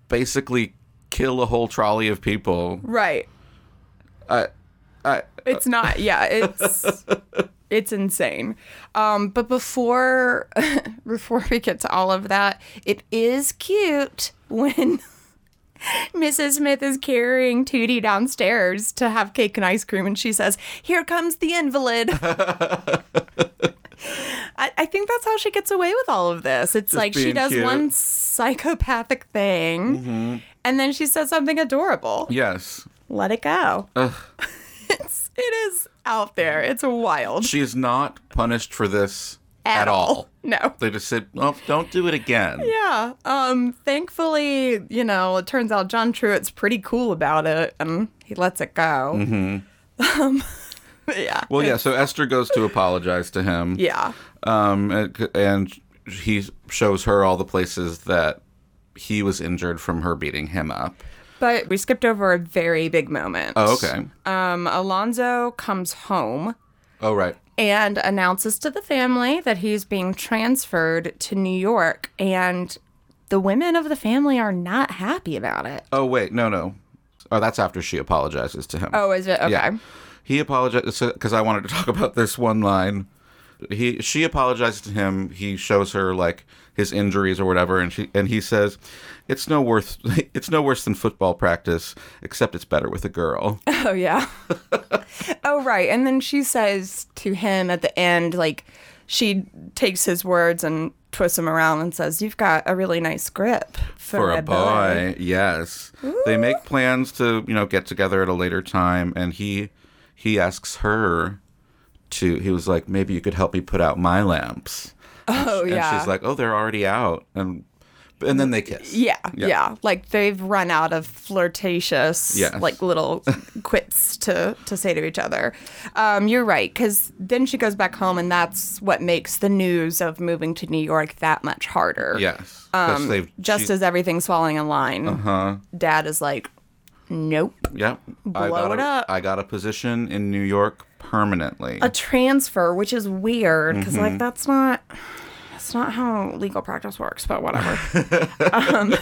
Speaker 1: basically kill a whole trolley of people.
Speaker 3: Right.
Speaker 1: I I
Speaker 3: It's not, yeah,
Speaker 1: *laughs*
Speaker 3: it's it's insane. Um, but before *laughs* before we get to all of that, it is cute when *laughs* Mrs. Smith is carrying Tootie downstairs to have cake and ice cream, and she says, "Here comes
Speaker 1: *laughs*
Speaker 3: the invalid." I, I think that's how she gets away with all of this. It's like she
Speaker 1: being
Speaker 3: does
Speaker 1: cute. Mm-hmm.
Speaker 3: one psychopathic thing, and then she says something adorable.
Speaker 1: yes.
Speaker 3: Let it go. *laughs* it's it is out there. It's wild
Speaker 1: She is not punished for this at, all.
Speaker 3: *laughs* No.
Speaker 1: They just said, "Oh, don't do it again."
Speaker 3: *laughs* Yeah. Um. Thankfully, you know, it turns out John Truitt's pretty cool about it, and he lets it go. Mm-hmm. Um. *laughs* Yeah.
Speaker 1: Well, yeah. So Esther goes to apologize to him.
Speaker 3: Yeah.
Speaker 1: Um, and, and he shows her all the places that he was injured from her beating him up.
Speaker 3: But we skipped over a very big moment.
Speaker 1: Oh, okay.
Speaker 3: Um. Alonzo comes home
Speaker 1: Oh, right.
Speaker 3: and announces to the family that he's being transferred to New York, and the women of the family are not happy about it.
Speaker 1: Oh, wait. No, no. Oh, that's after she apologizes to him.
Speaker 3: Oh, is it okay? *laughs*
Speaker 1: Yeah. He apologized because I wanted to talk about this one line. He she apologized to him. He shows her like his injuries or whatever, and she and he says, "It's no worth. *laughs* It's no worse than football practice, except it's better with a girl." *laughs*
Speaker 3: Oh yeah. oh right. And then she says to him at the end, like she takes his words and twists them around and says, "You've got a really nice grip for,
Speaker 1: For a boy, yes. They make plans to you know get together at a later time, and he he asks her to. He was like, "Maybe you could help me put out my lamps."
Speaker 3: *laughs* Oh
Speaker 1: And
Speaker 3: yeah.
Speaker 1: she's like, "Oh, they're already out," and and then they kiss.
Speaker 3: yeah,
Speaker 1: Yeah.
Speaker 3: yeah, Like they've run out of flirtatious,
Speaker 1: Yes. *laughs*
Speaker 3: like little quips to to say to each other. Um, you're right, because then she goes back home, and that's what makes the news of moving to New York that much harder.
Speaker 1: Yes.
Speaker 3: Um,
Speaker 1: 'Cause they've-
Speaker 3: Just
Speaker 1: she- Uh-huh.
Speaker 3: as everything's falling in line, Dad is like, "Nope."
Speaker 1: Yep. I
Speaker 3: Blow
Speaker 1: got
Speaker 3: it
Speaker 1: a,
Speaker 3: up.
Speaker 1: I got a position in New York permanently.
Speaker 3: a transfer, which is weird because
Speaker 1: Mm-hmm.
Speaker 3: like that's not that's not how legal practice works,
Speaker 1: *laughs*
Speaker 3: but whatever. um,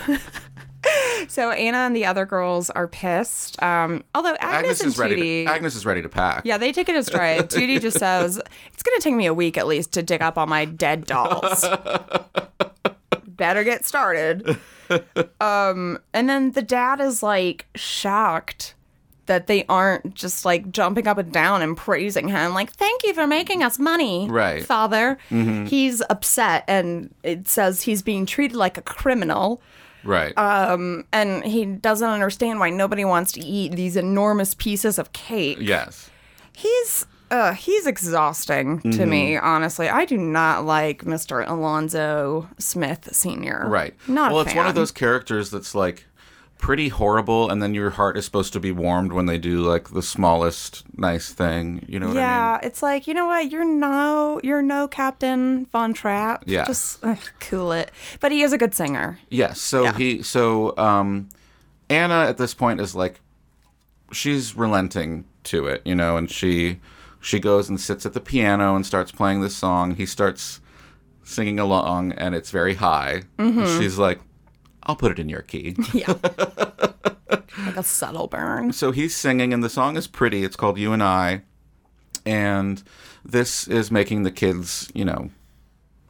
Speaker 3: *laughs* so Anna and the other girls are pissed. Um, although Agnes,
Speaker 1: Agnes
Speaker 3: and
Speaker 1: is ready.
Speaker 3: Tootie,
Speaker 1: To, Agnes is ready to pack.
Speaker 3: yeah, they take it as stride. Tootie just says it's gonna take me a week at least to dig up all my dead dolls. Better get started. Um, and then the dad is like shocked that they aren't just like jumping up and down and praising him, like "Thank you for making us money,
Speaker 1: Right.
Speaker 3: father." He's upset, and it says he's being treated like a criminal
Speaker 1: Right.
Speaker 3: Uh, and he doesn't understand why nobody wants to eat these enormous pieces of cake.
Speaker 1: yes.
Speaker 3: He's uh he's exhausting to
Speaker 1: Mm-hmm.
Speaker 3: me, honestly. I do not like Mr. Alonzo Smith Sr.
Speaker 1: Right.
Speaker 3: Not
Speaker 1: well,
Speaker 3: a
Speaker 1: it's one of
Speaker 3: fan.
Speaker 1: those characters that's like pretty horrible, and then your heart is supposed to be warmed when they do like the smallest nice thing. You know what I
Speaker 3: Yeah,
Speaker 1: mean?
Speaker 3: it's like, you know what, you're no you're no Captain Von Trapp.
Speaker 1: Yeah.
Speaker 3: Just ugh, cool it. But he is a good singer.
Speaker 1: Yes. So he. So um, Anna at this point is like, she's relenting to it, you know, and she she goes and sits at the piano and starts playing this song. He starts singing along, and it's very high.
Speaker 3: Mm-hmm.
Speaker 1: And she's like, "I'll put it in your key."
Speaker 3: Yeah. like a subtle burn.
Speaker 1: so he's singing, and the song is pretty. It's called "You and I," and this is making the kids, you know,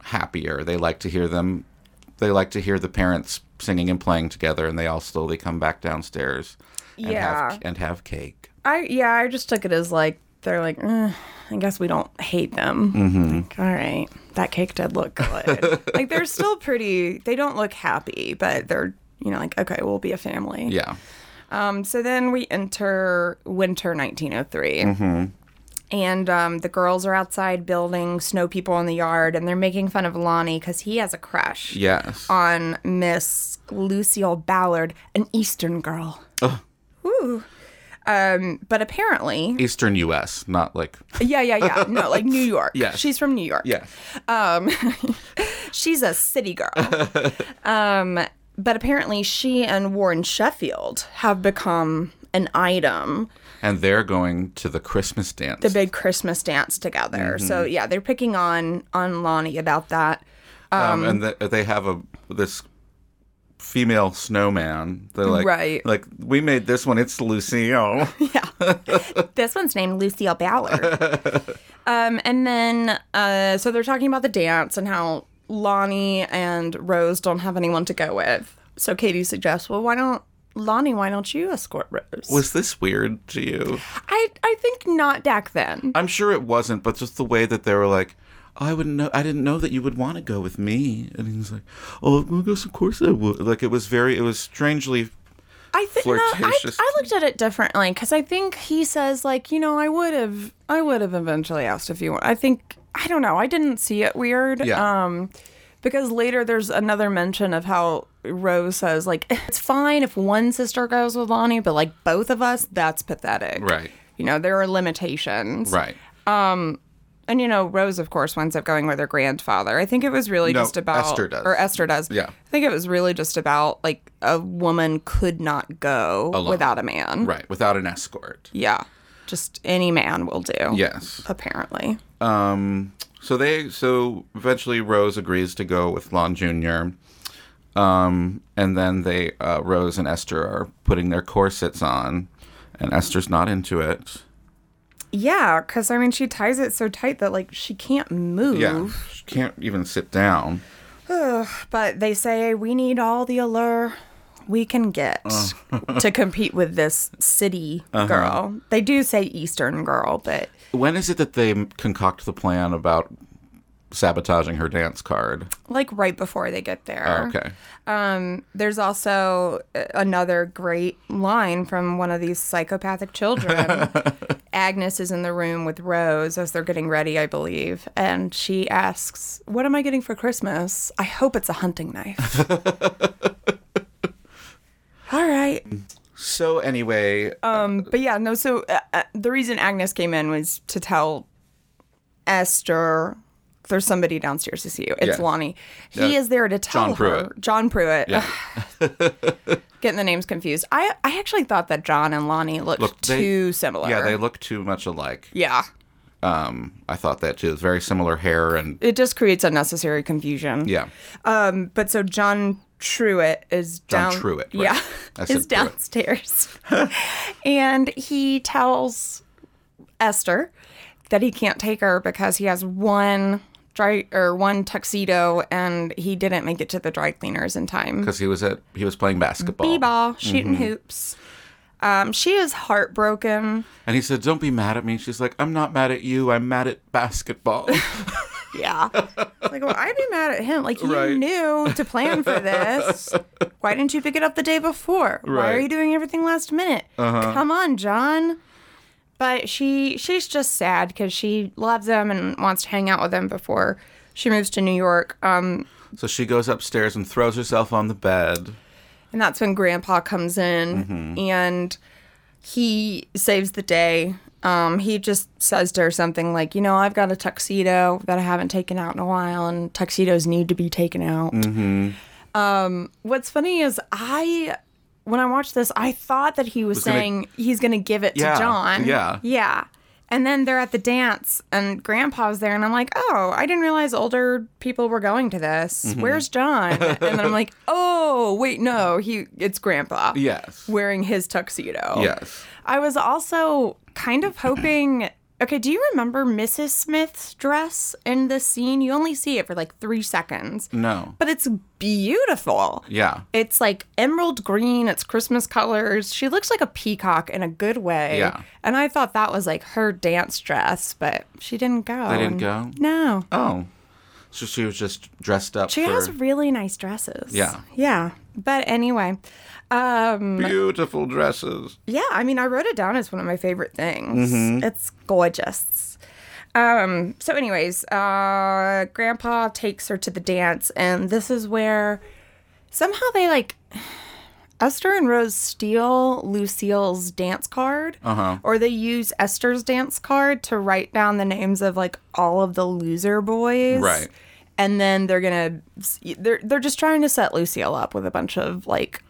Speaker 1: happier. They like to hear them. They like to hear the parents singing and playing together, and they all slowly come back downstairs and
Speaker 3: Yeah.
Speaker 1: have and have cake.
Speaker 3: I yeah, I just took it as like they're like, "Eh, I guess we don't hate them. Mm-hmm. Like, all right, that cake did
Speaker 1: *laughs*
Speaker 3: look good. like they're still pretty. They don't look happy, but they're you know like okay, we'll be a family.
Speaker 1: Yeah,
Speaker 3: Um, so then we enter winter 1903. Mm-hmm. And um, the girls are outside building snow people in the yard, and they're making fun of Lonnie because he has a crush
Speaker 1: yes,
Speaker 3: on Miss Lucille Ballard, an Eastern girl. Woo. Um, but apparently,
Speaker 1: *laughs* Eastern U.S., not
Speaker 3: *laughs*
Speaker 1: like
Speaker 3: yeah, yeah, yeah. No, like New
Speaker 1: *laughs*
Speaker 3: York.
Speaker 1: Yes.
Speaker 3: She's from New York.
Speaker 1: yeah,
Speaker 3: Um, she's a
Speaker 1: *laughs*
Speaker 3: city girl. um, but apparently, she and Warren Sheffield have become an item,
Speaker 1: and they're going to the Christmas dance.
Speaker 3: the big Christmas dance together. So yeah, they're picking on on Lonnie about that.
Speaker 1: um, and th- they have a this female snowman. They're like,
Speaker 3: Right.
Speaker 1: like we made this one. It's Lucille.
Speaker 3: This one's named Lucille Ballard. um, and then, uh, so they're talking about the dance and how Lonnie and Rose don't have anyone to go with. So Katie suggests, well, why don't Lonnie? Why don't you escort Rose?
Speaker 1: Was this weird to you?
Speaker 3: I I think not back then.
Speaker 1: I'm sure it wasn't, but just the way that they were like, oh, I wouldn't know. I didn't know that you would want to go with me. And he was like, Oh, I guess of course I would. Like it was very, it was strangely.
Speaker 3: I think no, I,
Speaker 1: Flirtatious.
Speaker 3: I looked at it differently because I think he says like, you know, I would have, I would have eventually asked if you. want. I think I don't know. I didn't see it weird.
Speaker 1: Yeah.
Speaker 3: Um, because later there's another mention of how Rose says like, it's fine if one sister goes with Lonnie, but like both of us, that's pathetic.
Speaker 1: Right.
Speaker 3: You know, there are limitations.
Speaker 1: Right.
Speaker 3: And you know, Rose, of course, winds up going with her grandfather. I think it was really
Speaker 1: No,
Speaker 3: just about
Speaker 1: Esther does.
Speaker 3: or Esther does.
Speaker 1: Yeah.
Speaker 3: I think it was really just about like a woman could not go
Speaker 1: Alone.
Speaker 3: without a man.
Speaker 1: Right. Without an escort.
Speaker 3: Yeah, just any man will do.
Speaker 1: Yes.
Speaker 3: apparently.
Speaker 1: Um, so they, so eventually Rose agrees to go with Lon Jr. Um, and then they, uh, Rose and Esther are putting their corsets on, and Esther's not into it.
Speaker 3: Yeah, because I mean, she ties it so tight that like she can't move.
Speaker 1: Yeah. She can't even sit down.
Speaker 3: But they say we need all the allure we can get
Speaker 1: Uh. *laughs*
Speaker 3: to compete with this city
Speaker 1: Uh-huh.
Speaker 3: girl. They do say Eastern girl, but
Speaker 1: When is it that they concoct the plan about sabotaging her dance card?
Speaker 3: like right before they get there.
Speaker 1: Oh, okay.
Speaker 3: Um, there's also uh, another great line from one of these psychopathic children. Agnes is in the room with Rose as they're getting ready, I believe, and she asks, "What am I getting for Christmas? I hope it's a hunting knife." All right.
Speaker 1: So anyway,
Speaker 3: Um, but yeah, no. So uh, uh, the reason Agnes came in was to tell Esther there's somebody downstairs to see you. It's
Speaker 1: Yes.
Speaker 3: Lonnie. He
Speaker 1: Yeah.
Speaker 3: is there to tell
Speaker 1: John
Speaker 3: her
Speaker 1: Pruitt.
Speaker 3: John Pruitt.
Speaker 1: yeah,
Speaker 3: *laughs* Getting the names confused. I I actually thought that John and Lonnie looked
Speaker 1: Look, they-
Speaker 3: too similar.
Speaker 1: yeah, they look too much alike.
Speaker 3: yeah.
Speaker 1: Um, I thought that too. It's very similar hair and
Speaker 3: It just creates unnecessary confusion.
Speaker 1: yeah,
Speaker 3: Um. But so John Truitt is
Speaker 1: John
Speaker 3: down.
Speaker 1: Truitt, right. *laughs*
Speaker 3: Yeah.
Speaker 1: I said Pruitt.
Speaker 3: Is downstairs, *laughs* and he tells Esther that he can't take her because he has one dry or one tuxedo and he didn't make it to the dry cleaners in time.
Speaker 1: because he was at he was playing basketball.
Speaker 3: B-ball, shooting
Speaker 1: Mm-hmm.
Speaker 3: hoops. Um, she is heartbroken.
Speaker 1: And he said, "Don't be mad at me." She's like, "I'm not mad at you. I'm mad at
Speaker 3: *laughs*
Speaker 1: basketball."
Speaker 3: Yeah. like, well, I'd be mad at him. Like, you
Speaker 1: Right.
Speaker 3: knew to plan for
Speaker 1: *laughs*
Speaker 3: this. Why didn't you pick it up the day before? Why are
Speaker 1: Right. Uh-huh.
Speaker 3: you doing everything last minute? Come on, John. But she she's just sad because she loves him and wants to hang out with him before she moves to New York. Um,
Speaker 1: so she goes upstairs and throws herself on the bed.
Speaker 3: and that's when Grandpa comes in
Speaker 1: Mm-hmm.
Speaker 3: and he saves the day. Um, he just says to her something like, you know, I've got a tuxedo that I haven't taken out in a while, and tuxedos need to be taken out.
Speaker 1: Mm-hmm.
Speaker 3: Um, what's funny is I, when I watched this, I thought that he was,
Speaker 1: gonna-
Speaker 3: saying he's going to give it
Speaker 1: Yeah,
Speaker 3: to John.
Speaker 1: yeah.
Speaker 3: Yeah. And then they're at the dance, and Grandpa's there, and I'm like, oh, I didn't realize older people were going to this. Where's John? and then I'm like, oh, wait, no, he, it's Grandpa.
Speaker 1: Yes.
Speaker 3: Wearing his tuxedo.
Speaker 1: Yes.
Speaker 3: I was also kind of hoping *clears throat* Okay, do you remember Mrs. Smith's dress in this scene? You only see it for like three seconds,
Speaker 1: No.
Speaker 3: but it's beautiful.
Speaker 1: Yeah.
Speaker 3: It's like emerald green, it's Christmas colors. She looks like a peacock in a good way.
Speaker 1: Yeah.
Speaker 3: And I thought that was like her dance dress, but she didn't go.
Speaker 1: They didn't go?
Speaker 3: Um, No.
Speaker 1: Oh. So she was just dressed up
Speaker 3: She
Speaker 1: for
Speaker 3: has really nice dresses.
Speaker 1: Yeah.
Speaker 3: Yeah. But anyway, um,
Speaker 1: beautiful dresses.
Speaker 3: yeah, I mean, I wrote it down as one of my favorite things. It's gorgeous. Um, so, anyways, uh, Grandpa takes her to the dance, and this is where somehow they like *sighs* Esther and Rose steal Lucille's dance card, or they use Esther's dance card to write down the names of like all of the loser boys,
Speaker 1: Right.
Speaker 3: And then they're gonna they're they're just trying to set Lucille up with a bunch of like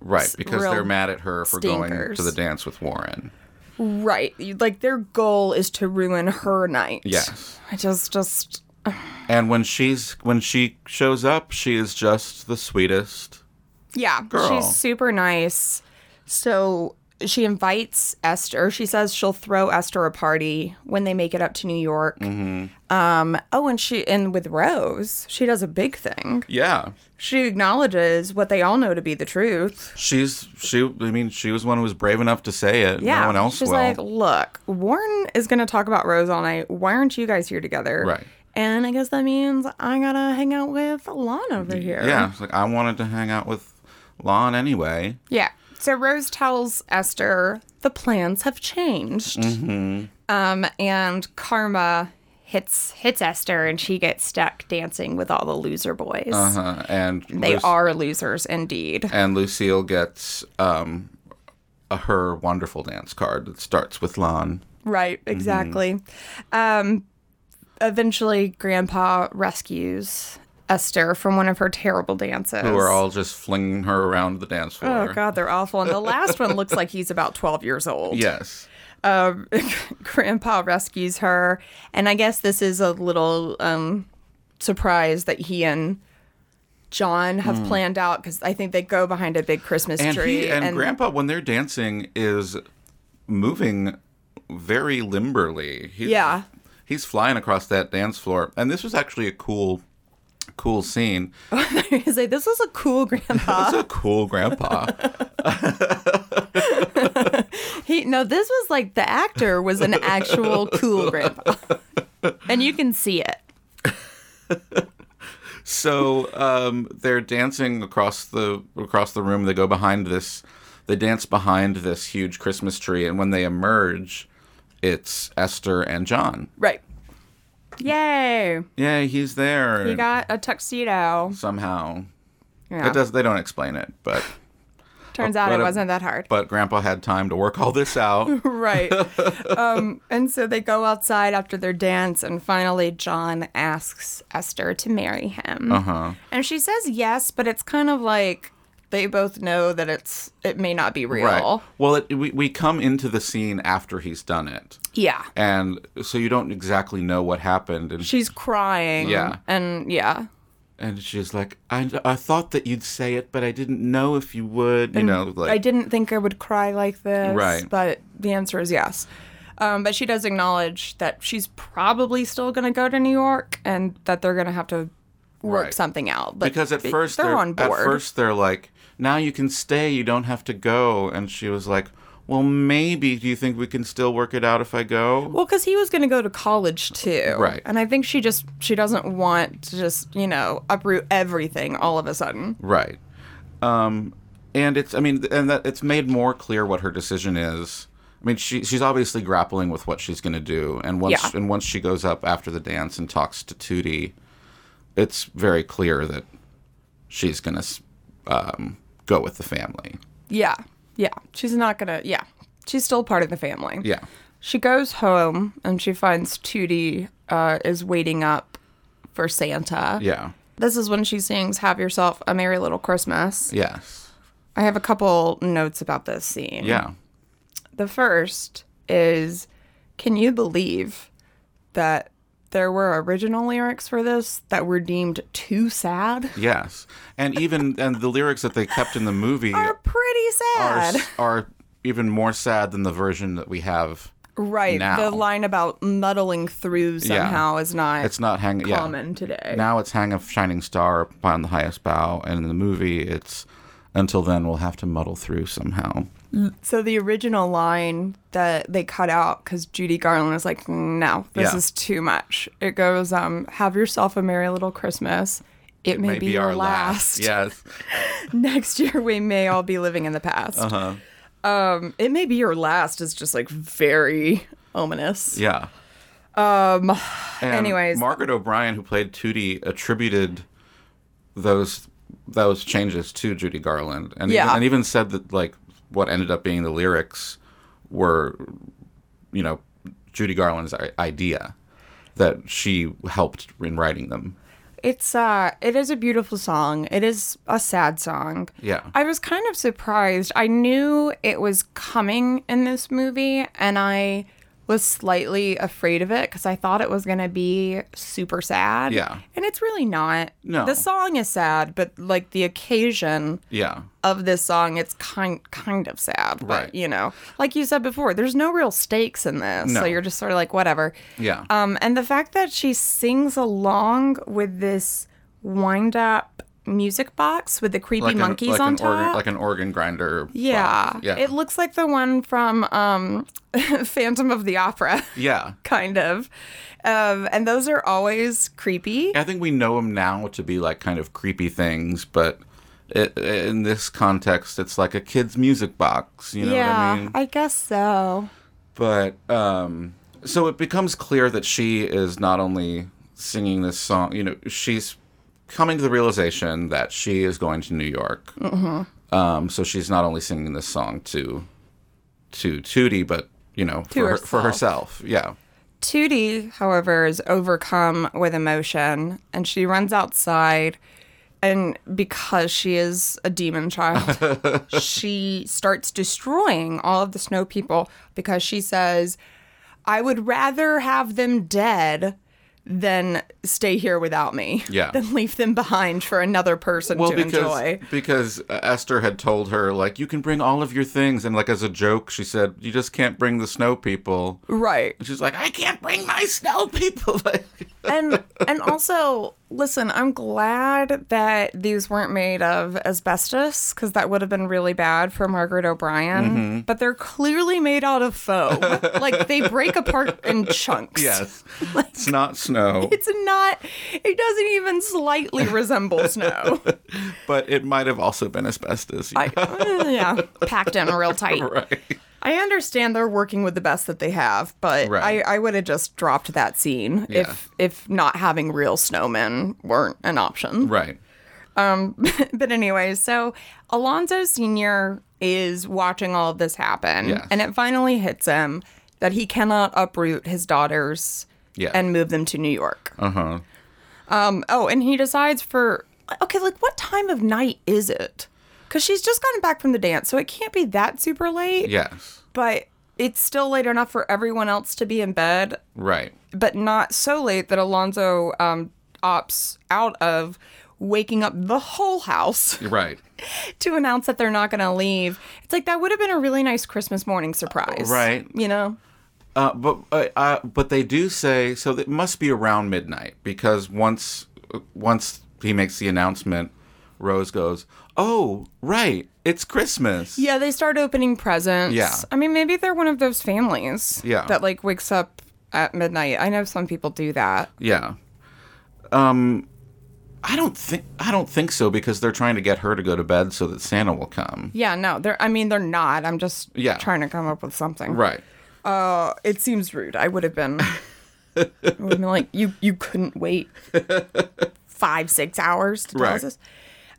Speaker 1: Right, because
Speaker 3: real
Speaker 1: they're mad at her for going to
Speaker 3: stinkers.
Speaker 1: the dance with Warren.
Speaker 3: Right. You- Like their goal is to ruin her night.
Speaker 1: Yes.
Speaker 3: Which is just
Speaker 1: And when she's when she shows up, she is just the sweetest.
Speaker 3: yeah.
Speaker 1: Girl.
Speaker 3: She's super nice. So she invites Esther. She says she'll throw Esther a party when they make it up to New York.
Speaker 1: Mm-hmm.
Speaker 3: Um, oh, and she and with Rose, she does a big thing.
Speaker 1: Yeah.
Speaker 3: She acknowledges what they all know to be the truth.
Speaker 1: She's she I mean, she was one who was brave enough to say it.
Speaker 3: Yeah.
Speaker 1: no one else
Speaker 3: She's
Speaker 1: will.
Speaker 3: like, look, Warren is going to talk about Rose all night. Why aren't you guys here together?
Speaker 1: Right.
Speaker 3: And I guess that means I got to hang out with Lon over here.
Speaker 1: yeah. it's like I wanted to hang out with Lon anyway.
Speaker 3: Yeah. So Rose tells Esther the plans have changed. Um, and Karma hits hits Esther and she gets stuck dancing with all the loser boys.
Speaker 1: Uh-huh. And
Speaker 3: They
Speaker 1: Luc-
Speaker 3: are losers indeed.
Speaker 1: and Lucille gets um a, her wonderful dance card that starts with Lon.
Speaker 3: Right, exactly. Um, eventually, Grandpa rescues Esther from one of her terrible dances.
Speaker 1: Who are all just flinging her around the dance floor.
Speaker 3: Oh God, they're awful. And the last one looks like he's about twelve
Speaker 1: *laughs*
Speaker 3: years old.
Speaker 1: Yes.
Speaker 3: Um, *laughs* Grandpa rescues her, and I guess this is a little um, surprise that he and John have planned out because I think they go behind a big Christmas
Speaker 1: Hmm. and
Speaker 3: tree.
Speaker 1: he and, grandpa when they're dancing is moving very limberly he's,
Speaker 3: Yeah.
Speaker 1: he's flying across that dance floor and this was actually a cool cool scene
Speaker 3: *laughs* He's like, "This was a cool
Speaker 1: *laughs*
Speaker 3: grandpa."
Speaker 1: that's a cool
Speaker 3: *laughs*
Speaker 1: grandpa
Speaker 3: He no, this was like the actor was an actual
Speaker 1: *laughs*
Speaker 3: cool grandpa, and you can see it.
Speaker 1: so um, they're dancing across the across the room they go behind this they dance behind this huge christmas tree and when they emerge it's esther and john
Speaker 3: Right. Yay!
Speaker 1: yeah he's there
Speaker 3: You got a tuxedo.
Speaker 1: somehow
Speaker 3: Yeah.
Speaker 1: it does they don't explain it but
Speaker 3: Turns out
Speaker 1: but
Speaker 3: it
Speaker 1: a-
Speaker 3: wasn't that hard.
Speaker 1: but grandpa had time to work all this out
Speaker 3: *laughs* right. um, and so they go outside after their dance, and finally John asks Esther to marry him.
Speaker 1: Uh-huh.
Speaker 3: And she says yes, but it's kind of like they both know that it's it may not be real.
Speaker 1: Right. Well, it, we, we come into the scene after he's done it.
Speaker 3: Yeah.
Speaker 1: And so you don't exactly know what happened. And,
Speaker 3: She's crying.
Speaker 1: Yeah.
Speaker 3: And yeah.
Speaker 1: and she's like, I, I thought that you'd say it, but I didn't know if you would. You know, like,
Speaker 3: I didn't think I would cry like this.
Speaker 1: Right.
Speaker 3: But the answer is yes. Um, but she does acknowledge that she's probably still going to go to New York and that they're going to have to work
Speaker 1: Right.
Speaker 3: something out. But
Speaker 1: because at
Speaker 3: they-
Speaker 1: 1st
Speaker 3: they're, on board.
Speaker 1: At first, they're like, now you can stay. You don't have to go. And she was like, well, maybe. Do you think we can still work it out if I go?
Speaker 3: well, because he was going to go to college too.
Speaker 1: Right.
Speaker 3: And I think she just she doesn't want to just you know uproot everything all of a sudden.
Speaker 1: Right. Um, and it's, I mean, and that it's made more clear what her decision is. I mean, she she's obviously grappling with what she's going to do, and once
Speaker 3: Yeah.
Speaker 1: and once she goes up after the dance and talks to Tootie, it's very clear that she's going to um, go with the family.
Speaker 3: Yeah. Yeah. She's not going to. Yeah. She's still part of the family.
Speaker 1: Yeah,
Speaker 3: She goes home and she finds Tootie uh, is waiting up for Santa.
Speaker 1: yeah,
Speaker 3: This is when she sings Have Yourself a Merry Little Christmas.
Speaker 1: yes,
Speaker 3: I have a couple notes about this scene.
Speaker 1: yeah.
Speaker 3: The first is Can you believe that there were original lyrics for this that were deemed too sad?
Speaker 1: Yes, and even and the lyrics that they kept in the movie
Speaker 3: They're
Speaker 1: are
Speaker 3: pretty sad.
Speaker 1: are, are even more sad than the version that we have
Speaker 3: *laughs* Right.
Speaker 1: now.
Speaker 3: The line about muddling through
Speaker 1: Yeah.
Speaker 3: somehow is not
Speaker 1: It's not hang. Yeah.
Speaker 3: common today.
Speaker 1: Now it's hang a shining star upon the highest bough, and in the movie, it's until then we'll have to muddle through somehow.
Speaker 3: So the original line that they cut out because Judy Garland was like, "No, this
Speaker 1: Yeah.
Speaker 3: is too much." It goes, um, "Have yourself a merry little Christmas. It, may, be, your last.
Speaker 1: Yes.
Speaker 3: *laughs* Next year we may all be living in the past. Uh-huh. Um, it may be your last is just like very *laughs* ominous.
Speaker 1: Yeah.
Speaker 3: Um,
Speaker 1: And
Speaker 3: Anyways.
Speaker 1: Margaret O'Brien, who played Tootie, attributed those those changes to Judy Garland, and even,
Speaker 3: Yeah.
Speaker 1: and even said that like what ended up being the lyrics were, you know, Judy Garland's i- idea that she helped in writing them.
Speaker 3: it's uh, it is a beautiful song. It is a sad song.
Speaker 1: Yeah,
Speaker 3: I was kind of surprised. I knew it was coming in this movie, and I was slightly afraid of it because I thought it was going to be super sad.
Speaker 1: Yeah.
Speaker 3: And it's really not.
Speaker 1: No.
Speaker 3: The song is sad, but like the occasion
Speaker 1: yeah,
Speaker 3: of this song, it's kind kind of sad. But,
Speaker 1: Right.
Speaker 3: You know, like you said before, there's no real stakes in this.
Speaker 1: No.
Speaker 3: So you're just sort of like, whatever.
Speaker 1: yeah,
Speaker 3: Um, and the fact that she sings along with this wind up music box with the creepy
Speaker 1: like
Speaker 3: monkeys
Speaker 1: an, like
Speaker 3: on
Speaker 1: an
Speaker 3: top.
Speaker 1: organ, like an organ grinder.
Speaker 3: yeah.
Speaker 1: box. yeah,
Speaker 3: It looks like the one from um, *laughs* Phantom of the Opera, *laughs*
Speaker 1: yeah.
Speaker 3: kind of. Um, and those are always creepy.
Speaker 1: I think we know them now to be like kind of creepy things, but it, in this context, it's like a kid's music box. You know
Speaker 3: yeah,
Speaker 1: what I mean?
Speaker 3: guess so.
Speaker 1: But um, so it becomes clear that she is not only singing this song. You know, she's coming to the realization that she is going to New York. Mm-hmm. Um, so she's not only singing this song to to Tootie, but you know, for, her, for herself. Yeah.
Speaker 3: Tootie, however, is overcome with emotion and she runs outside. And because she is a demon child, she starts destroying all of the snow people because she says, I would rather have them dead than stay here without me.
Speaker 1: Yeah.
Speaker 3: Than leave them behind for another person to enjoy.
Speaker 1: because uh, Esther had told her like you can bring all of your things and like as a joke she said you just can't bring the snow people
Speaker 3: Right.
Speaker 1: and she's like I can't bring my snow people *laughs* like
Speaker 3: and and also listen i'm glad that these weren't made of asbestos because that would have been really bad for margaret o'brien
Speaker 1: Mm-hmm.
Speaker 3: but they're clearly made out
Speaker 1: *laughs*
Speaker 3: of foam like they break apart in chunks *laughs*
Speaker 1: yes it's not snow
Speaker 3: it's not it doesn't even slightly resemble
Speaker 1: *laughs*
Speaker 3: snow
Speaker 1: but it might have also been asbestos you
Speaker 3: I, yeah packed in real tight
Speaker 1: know, *laughs* right
Speaker 3: i understand they're working with the best that they have but
Speaker 1: Right.
Speaker 3: i, I would have just dropped that scene
Speaker 1: Yeah.
Speaker 3: if if not having real snowmen weren't an option
Speaker 1: right
Speaker 3: *laughs* but anyway, so Alonzo Sr. is watching all of this happen,
Speaker 1: Yes.
Speaker 3: and it finally hits him that he cannot uproot his daughters
Speaker 1: Yeah.
Speaker 3: and move them to New York.
Speaker 1: uh huh
Speaker 3: Um, oh, and he decides for okay, like what time of night is it? Because she's just gotten back from the dance, so it can't be that super late.
Speaker 1: yes
Speaker 3: But it's still late enough for everyone else to be in bed
Speaker 1: right
Speaker 3: but not so late that Alonzo um, opts out of waking up the whole house
Speaker 1: right
Speaker 3: to announce that they're not going to leave. It's like that would have been a really nice Christmas morning surprise,
Speaker 1: Right.
Speaker 3: You know,
Speaker 1: Uh, but uh, uh, but they do say so. It must be around midnight because once uh, once he makes the announcement, Rose goes, "Oh, right, it's Christmas."
Speaker 3: yeah. They start opening presents.
Speaker 1: Yeah.
Speaker 3: I mean, maybe they're one of those families,
Speaker 1: Yeah.
Speaker 3: that like wakes up at midnight. I know some people do that.
Speaker 1: Yeah. Um, I don't think I don't think so because they're trying to get her to go to bed so that Santa will come.
Speaker 3: Yeah, no, they're. I mean, they're not. I'm just
Speaker 1: Yeah.
Speaker 3: trying to come up with something.
Speaker 1: Right.
Speaker 3: Uh, it seems rude. I would have been. I would have been like, you you couldn't wait five six hours to tell
Speaker 1: Right.
Speaker 3: us this.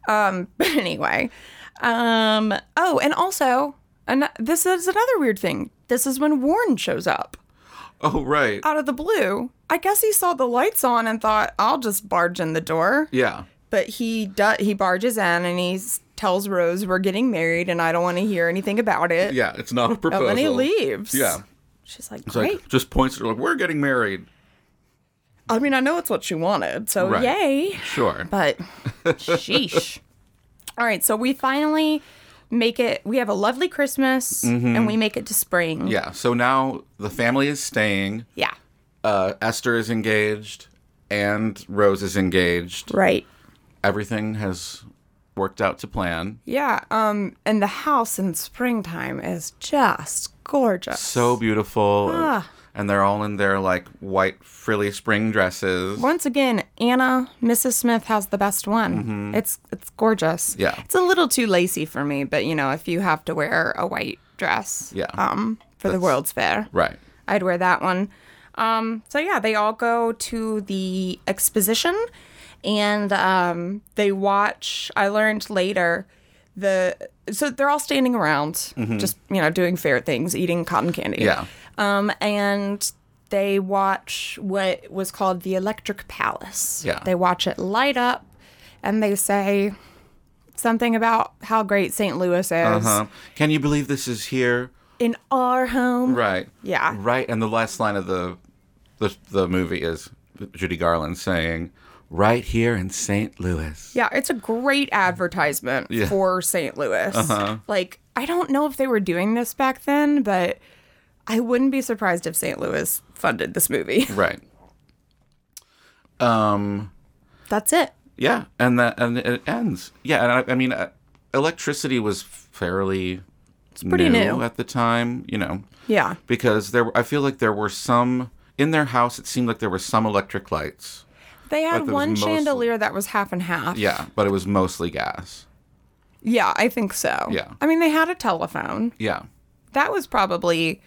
Speaker 3: Um, *laughs* but anyway, um, oh, and also, and this is another weird thing. This is when Warren shows up
Speaker 1: Oh, right.
Speaker 3: out of the blue. I guess he saw the lights on and thought, I'll just barge in the door.
Speaker 1: yeah.
Speaker 3: But he do- he barges in and he s- tells Rose we're getting married and I don't want to hear anything about it.
Speaker 1: Yeah. It's not a proposal.
Speaker 3: But when he leaves,
Speaker 1: Yeah.
Speaker 3: she's like,
Speaker 1: It's like
Speaker 3: great.
Speaker 1: just points at her like we're getting married.
Speaker 3: I mean, I know it's what she wanted, so
Speaker 1: Right.
Speaker 3: yay.
Speaker 1: Sure. *laughs*
Speaker 3: But sheesh. All right, so we finally make it. We have a lovely Christmas, and we make it to spring.
Speaker 1: Mm-hmm. Yeah. So now the family is staying.
Speaker 3: Yeah.
Speaker 1: Uh, Esther is engaged, and Rose is engaged.
Speaker 3: Right.
Speaker 1: Everything has worked out to plan.
Speaker 3: Yeah. Um. And the house in springtime is just gorgeous.
Speaker 1: So beautiful. And they're all in their like white frilly spring dresses.
Speaker 3: Once again, Anna, Mrs. Smith has the best one. It's it's gorgeous.
Speaker 1: Mm-hmm. Yeah.
Speaker 3: It's a little too lacy for me, but you know, if you have to wear a white dress,
Speaker 1: Yeah.
Speaker 3: um, for the World's Fair,
Speaker 1: Right.
Speaker 3: I'd wear that one. Um, so yeah, they all go to the exposition, and um, they watch. I learned later the so they're all standing around, just you know, doing fair things, eating cotton candy.
Speaker 1: Mm-hmm. Yeah.
Speaker 3: Um, and they watch what was called the Electric Palace.
Speaker 1: Yeah.
Speaker 3: They watch it light up, and they say something about how great St. Louis is
Speaker 1: Uh-huh. Can you believe this is here?
Speaker 3: in our home.
Speaker 1: Right.
Speaker 3: Yeah.
Speaker 1: Right. And the last line of the the, the movie is Judy Garland saying, "Right here in St. Louis."
Speaker 3: Yeah, it's a great advertisement for St. Louis.
Speaker 1: Uh-huh.
Speaker 3: Like, I don't know if they were doing this back then, but I wouldn't be surprised if St. Louis funded this movie.
Speaker 1: *laughs* Right. Um.
Speaker 3: That's it.
Speaker 1: Yeah. And that and it ends. Yeah. And I, I mean, uh, electricity was fairly it's
Speaker 3: pretty new.
Speaker 1: at the time. You know.
Speaker 3: Yeah.
Speaker 1: Because there, were- I feel like there were some in their house. It seemed like there were some electric lights.
Speaker 3: They
Speaker 1: But
Speaker 3: had
Speaker 1: there was
Speaker 3: one
Speaker 1: mostly-
Speaker 3: chandelier that was half and half.
Speaker 1: Yeah, but it was mostly gas.
Speaker 3: Yeah, I think so.
Speaker 1: Yeah.
Speaker 3: I mean, they had a telephone.
Speaker 1: Yeah.
Speaker 3: That was probably,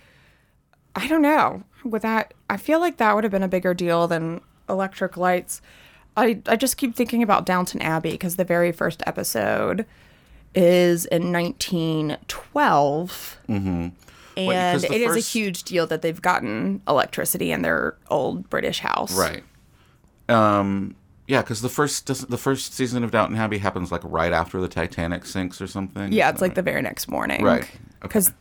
Speaker 3: I don't know, with that, I feel like that would have been a bigger deal than electric lights. I, I just keep thinking about Downton Abbey because the very first episode is in 1912. Mm-hmm. And
Speaker 1: because the
Speaker 3: it is a
Speaker 1: first-
Speaker 3: huge deal that they've gotten electricity in their old British house.
Speaker 1: Right. Um. Yeah, because the first doesn't- the first season of Downton Abbey happens like right after the Titanic sinks or something.
Speaker 3: Yeah, it's like the very next morning.
Speaker 1: Right.
Speaker 3: Because,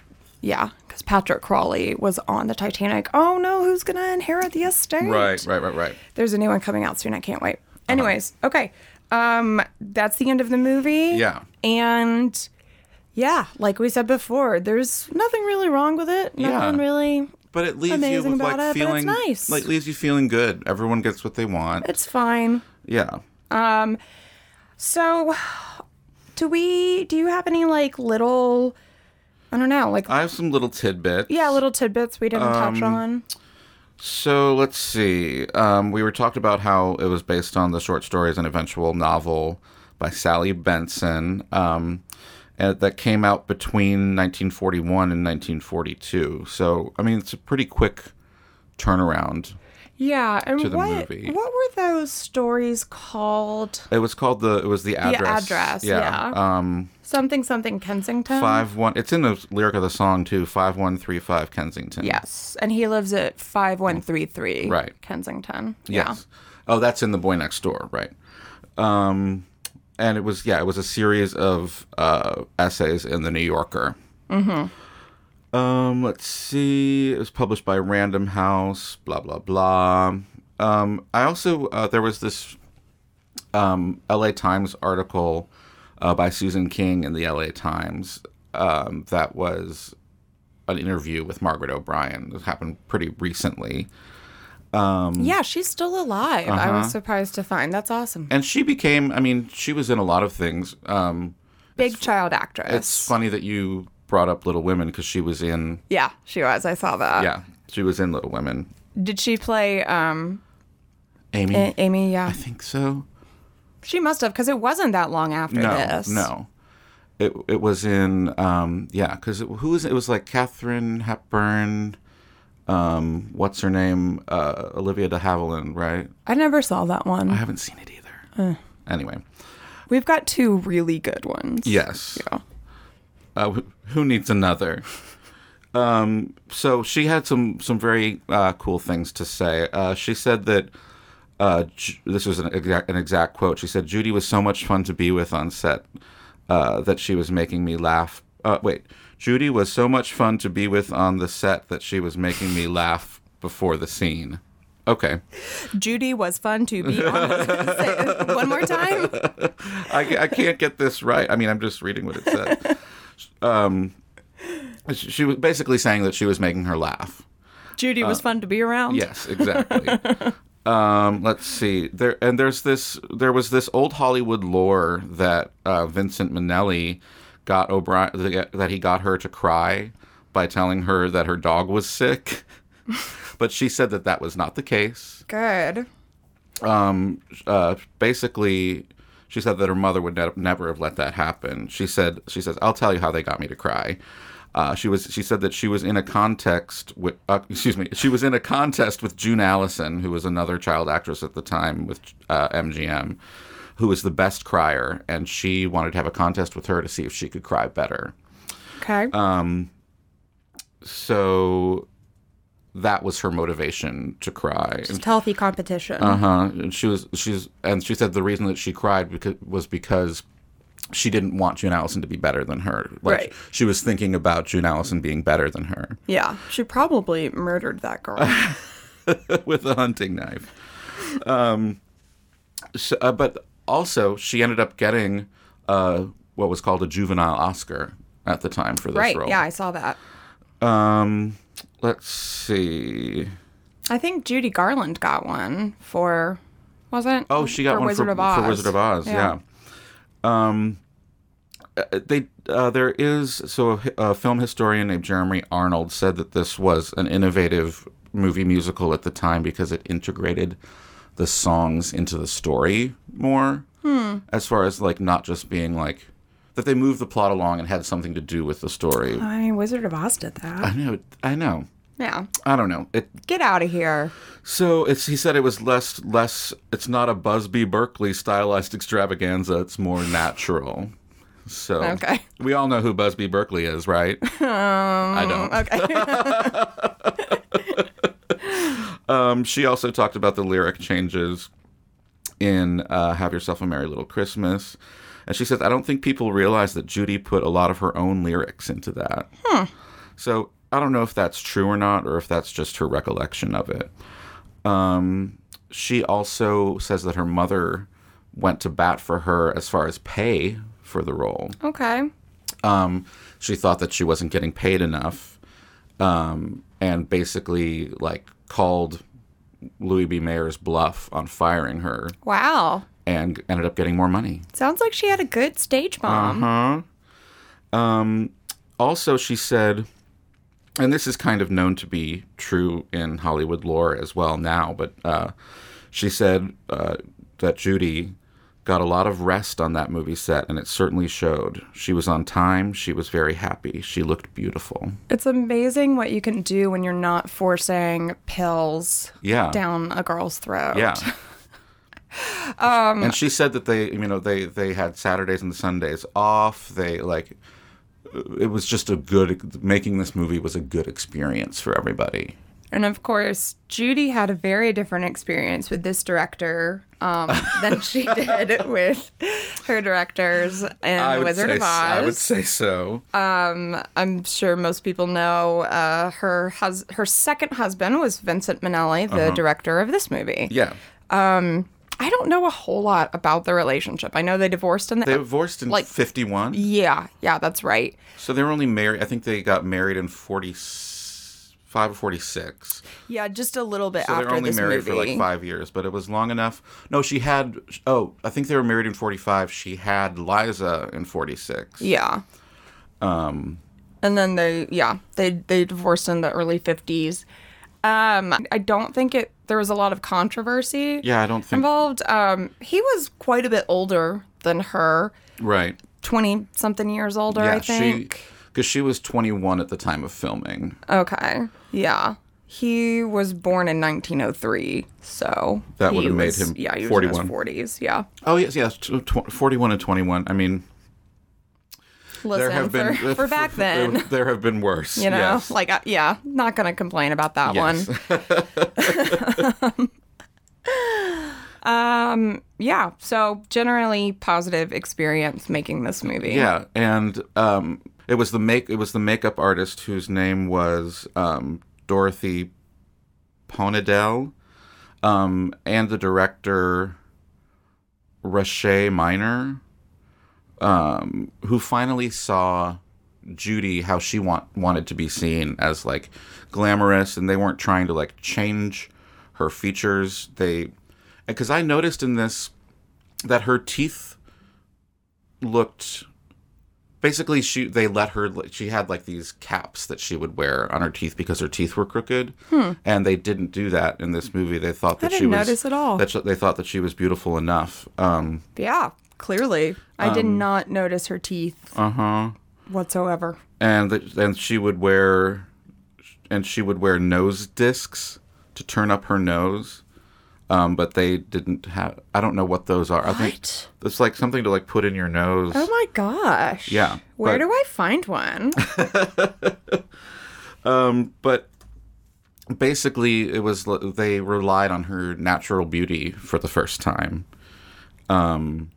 Speaker 3: yeah, because Patrick Crawley was on the Titanic. Oh no, who's gonna inherit the estate?
Speaker 1: Right. Right. Right. Right.
Speaker 3: There's a new one coming out soon. I can't wait. Anyways, okay. Um, that's the end of the movie.
Speaker 1: Yeah.
Speaker 3: And yeah, like we said before, there's nothing really wrong with it.
Speaker 1: Yeah.
Speaker 3: Nothing really.
Speaker 1: But it leaves you
Speaker 3: Amazing
Speaker 1: with
Speaker 3: about
Speaker 1: like
Speaker 3: it, but it's
Speaker 1: feeling
Speaker 3: nice.
Speaker 1: like leaves you feeling good. Everyone gets what they want.
Speaker 3: It's fine.
Speaker 1: yeah.
Speaker 3: So, do we? Do you have any like little? I don't know, like.
Speaker 1: I have some little tidbits.
Speaker 3: yeah, little tidbits we didn't touch on.
Speaker 1: So let's see. Um, we were talked about how it was based on the short stories and eventual novel by Sally Benson um, and that came out between 1941 and 1942. So, I mean, it's a pretty quick turnaround.
Speaker 3: Yeah, and
Speaker 1: the
Speaker 3: what
Speaker 1: movie.
Speaker 3: what were those stories called?
Speaker 1: It was called the, it was the address.
Speaker 3: Address,
Speaker 1: Um,
Speaker 3: Something something Kensington.
Speaker 1: five one, it's in the lyric of the song too, 5135 Kensington.
Speaker 3: Yes, and he lives at five one three three.
Speaker 1: Right.
Speaker 3: Kensington.
Speaker 1: Yes. Oh, that's in the boy next door, right? Um, and it was yeah, it was a series of uh, essays in the New Yorker. Mm-hmm. Um, let's see. It was published by Random House. Blah blah blah. Um, I also uh, there was this um, L.A. Times article uh, by Susan King in the L.A. Times um, that was an interview with Margaret O'Brien. It happened pretty recently. Mm.
Speaker 3: Yeah. Yeah, she's still alive. I
Speaker 1: Uh-huh.
Speaker 3: was surprised to find. That's awesome.
Speaker 1: and she became i mean she was in a lot of things um
Speaker 3: Big child
Speaker 1: it's
Speaker 3: actress.
Speaker 1: funny that you brought up little women because she was in
Speaker 3: yeah, she was. I saw that.
Speaker 1: yeah she was in little women
Speaker 3: Did she play um
Speaker 1: amy
Speaker 3: A- Amy? Yeah.
Speaker 1: i think so
Speaker 3: She must have, because it wasn't that long after
Speaker 1: no
Speaker 3: this.
Speaker 1: no it, it was in um yeah because it, who was it? it was like catherine hepburn um what's her name uh olivia de havilland right
Speaker 3: I never saw that
Speaker 1: i
Speaker 3: one.
Speaker 1: haven't seen it either anyway
Speaker 3: We've got two really good ones.
Speaker 1: yes
Speaker 3: Yeah.
Speaker 1: Uh, wh- who needs another? Um, so she had some some very uh, cool things to say. Uh, she said that uh, Ju- this was an exact an exact quote. She said Judy was so much fun to be with on set uh, that she was making me laugh. Uh, wait, Judy was so much fun to be with on the set that she was making me laugh before the scene. Okay,
Speaker 3: Judy was fun to be
Speaker 1: *laughs*
Speaker 3: on. *laughs* Say it one more time.
Speaker 1: I, I can't get this right. I mean, I'm just reading what it said. um, she she was basically saying that she was making her laugh.
Speaker 3: Judy
Speaker 1: Uh,
Speaker 3: was fun to be around.
Speaker 1: Yes, exactly. um, let's see. There and there's this. There was this old Hollywood lore that uh, Vincent Minnelli got O'Brien that he got her to cry by telling her that her dog was sick, *laughs* but she said that that was not the case.
Speaker 3: Good.
Speaker 1: Um, uh, basically, she said that her mother would ne- never have let that happen. She said, "She says I'll tell you how they got me to cry." Uh, she was. She said that she was in a context with. Uh, excuse me. She was in a contest with June Allison, who was another child actress at the time with uh, MGM, who was the best crier, and she wanted to have a contest with her to see if she could cry better.
Speaker 3: Okay.
Speaker 1: Um, So that was her motivation to cry.
Speaker 3: Just healthy competition.
Speaker 1: Uh huh. And she was she's and she said the reason that she cried because, was because she didn't want June Allison to be better than her. Like
Speaker 3: Right.
Speaker 1: she was thinking about June Allison being better than her *laughs*
Speaker 3: yeah. She probably murdered that girl.
Speaker 1: with a hunting knife. Um, so, uh, but also she ended up getting uh, what was called a juvenile Oscar at the time for this
Speaker 3: right.
Speaker 1: role.
Speaker 3: Yeah, I saw that.
Speaker 1: Um, let's see.
Speaker 3: I think Judy Garland got one for, wasn't?
Speaker 1: Oh, she got one for, for Wizard of Oz. Yeah. Um, uh, they uh, there is so a, hi- a film historian named Jeremy Arnold said that this was an innovative movie musical at the time because it integrated the songs into the story more, as far as like not just being like that they moved the plot along and had something to do with the story.
Speaker 3: I mean, Wizard of Oz did
Speaker 1: I
Speaker 3: that.
Speaker 1: know, I know,
Speaker 3: Yeah.
Speaker 1: I don't know. It
Speaker 3: Get out of here.
Speaker 1: so it's he said it was less less it's not a Busby Berkeley stylized extravaganza, it's more natural. So
Speaker 3: Okay.
Speaker 1: *laughs* we all know who Busby Berkeley is, right? Um, I don't.
Speaker 3: Okay.
Speaker 1: *laughs* Um, she also talked about the lyric changes in uh, Have Yourself a Merry Little Christmas. And she says, I don't think people realize that Judy put a lot of her own lyrics into that. So I don't know if that's true or not, or if that's just her recollection of it. Um, she also says that her mother went to bat for her as far as pay for the role.
Speaker 3: *laughs* okay.
Speaker 1: Um, she thought that she wasn't getting paid enough, um, and basically like called Louis B. Mayer's bluff on firing her,
Speaker 3: Wow.
Speaker 1: and ended up getting more money.
Speaker 3: Sounds like she had a good stage mom.
Speaker 1: Uh-huh. Also, she said, and this is kind of known to be true in Hollywood lore as well now, but uh, she said uh, that Judy got a lot of rest on that movie set, and it certainly showed. She was on time. She was very happy. She looked beautiful.
Speaker 3: It's amazing what you can do when you're not forcing pills
Speaker 1: Yeah.
Speaker 3: down a girl's
Speaker 1: *laughs*
Speaker 3: throat.
Speaker 1: Yeah. and she said that they, you know, they they had Saturdays and Sundays off. They like, it was just a good making this movie was a good experience for everybody.
Speaker 3: And of course, Judy had a very different experience with this director um,
Speaker 1: *laughs*
Speaker 3: than she did with her directors in Wizard
Speaker 1: say,
Speaker 3: of Oz. Uh,
Speaker 1: I would say so.
Speaker 3: I'm sure most people know uh, her hus- her second husband was Vincent Minnelli, the director of this movie.
Speaker 1: Uh-huh. yeah,
Speaker 3: I don't know a whole lot about their relationship. I know they divorced in the
Speaker 1: they divorced in
Speaker 3: like-
Speaker 1: fifty one,
Speaker 3: yeah, yeah, that's right.
Speaker 1: so they were only married. I think they got married in forty five or forty six.
Speaker 3: Yeah, just a little bit
Speaker 1: So
Speaker 3: after
Speaker 1: they're only
Speaker 3: this
Speaker 1: married
Speaker 3: movie.
Speaker 1: for like five years, but it was long enough. No, she had. Oh, I think they were married in forty five. She had Liza in forty six.
Speaker 3: Yeah. Um.
Speaker 1: Um.
Speaker 3: And then they, yeah, they they divorced in the early fifties. Um, I don't think it. There was a lot of controversy.
Speaker 1: Yeah, I don't think
Speaker 3: Involved. Um, he was quite a bit older than her,
Speaker 1: right.
Speaker 3: twenty something years older, I think.
Speaker 1: she because she was 21 at the time of filming.
Speaker 3: Okay. Yeah. He was born in 1903, so
Speaker 1: That
Speaker 3: he
Speaker 1: would've made
Speaker 3: was-
Speaker 1: him
Speaker 3: yeah, he was
Speaker 1: 41.
Speaker 3: in his 40s. Yeah.
Speaker 1: Oh yes, yes, tw- tw- 41 and 21. I mean,
Speaker 3: Listen,
Speaker 1: there have
Speaker 3: for,
Speaker 1: been
Speaker 3: for back
Speaker 1: *laughs*
Speaker 3: then,
Speaker 1: There, there have been worse.
Speaker 3: you know,
Speaker 1: yes.
Speaker 3: like I, yeah, not gonna complain about that
Speaker 1: Yes. *laughs*
Speaker 3: one. Yeah. So generally positive experience making this movie.
Speaker 1: yeah, and um, it was the make it was the makeup artist whose name was um, Dorothy Ponadell, um, and the director Rache Minor, um, who finally saw Judy how she want wanted to be seen as like glamorous, and they weren't trying to like change her features. They, because I noticed in this that her teeth looked basically she they let her she had like these caps that she would wear on her teeth because her teeth were crooked and they didn't do that in this movie they thought that she
Speaker 3: Hmm. didn't
Speaker 1: was
Speaker 3: notice at all.
Speaker 1: that she- they thought that she was beautiful enough um
Speaker 3: Yeah, clearly. I did not notice her teeth
Speaker 1: uh-huh
Speaker 3: whatsoever.
Speaker 1: and th- and she would wear and she would wear nose discs to turn up her nose um but they didn't have i don't know what those are i think
Speaker 3: What?
Speaker 1: it's like something to like put in your nose
Speaker 3: Oh my gosh.
Speaker 1: Yeah,
Speaker 3: Where
Speaker 1: but-
Speaker 3: do I find one?
Speaker 1: but basically it was l- they relied on her natural beauty for the first time um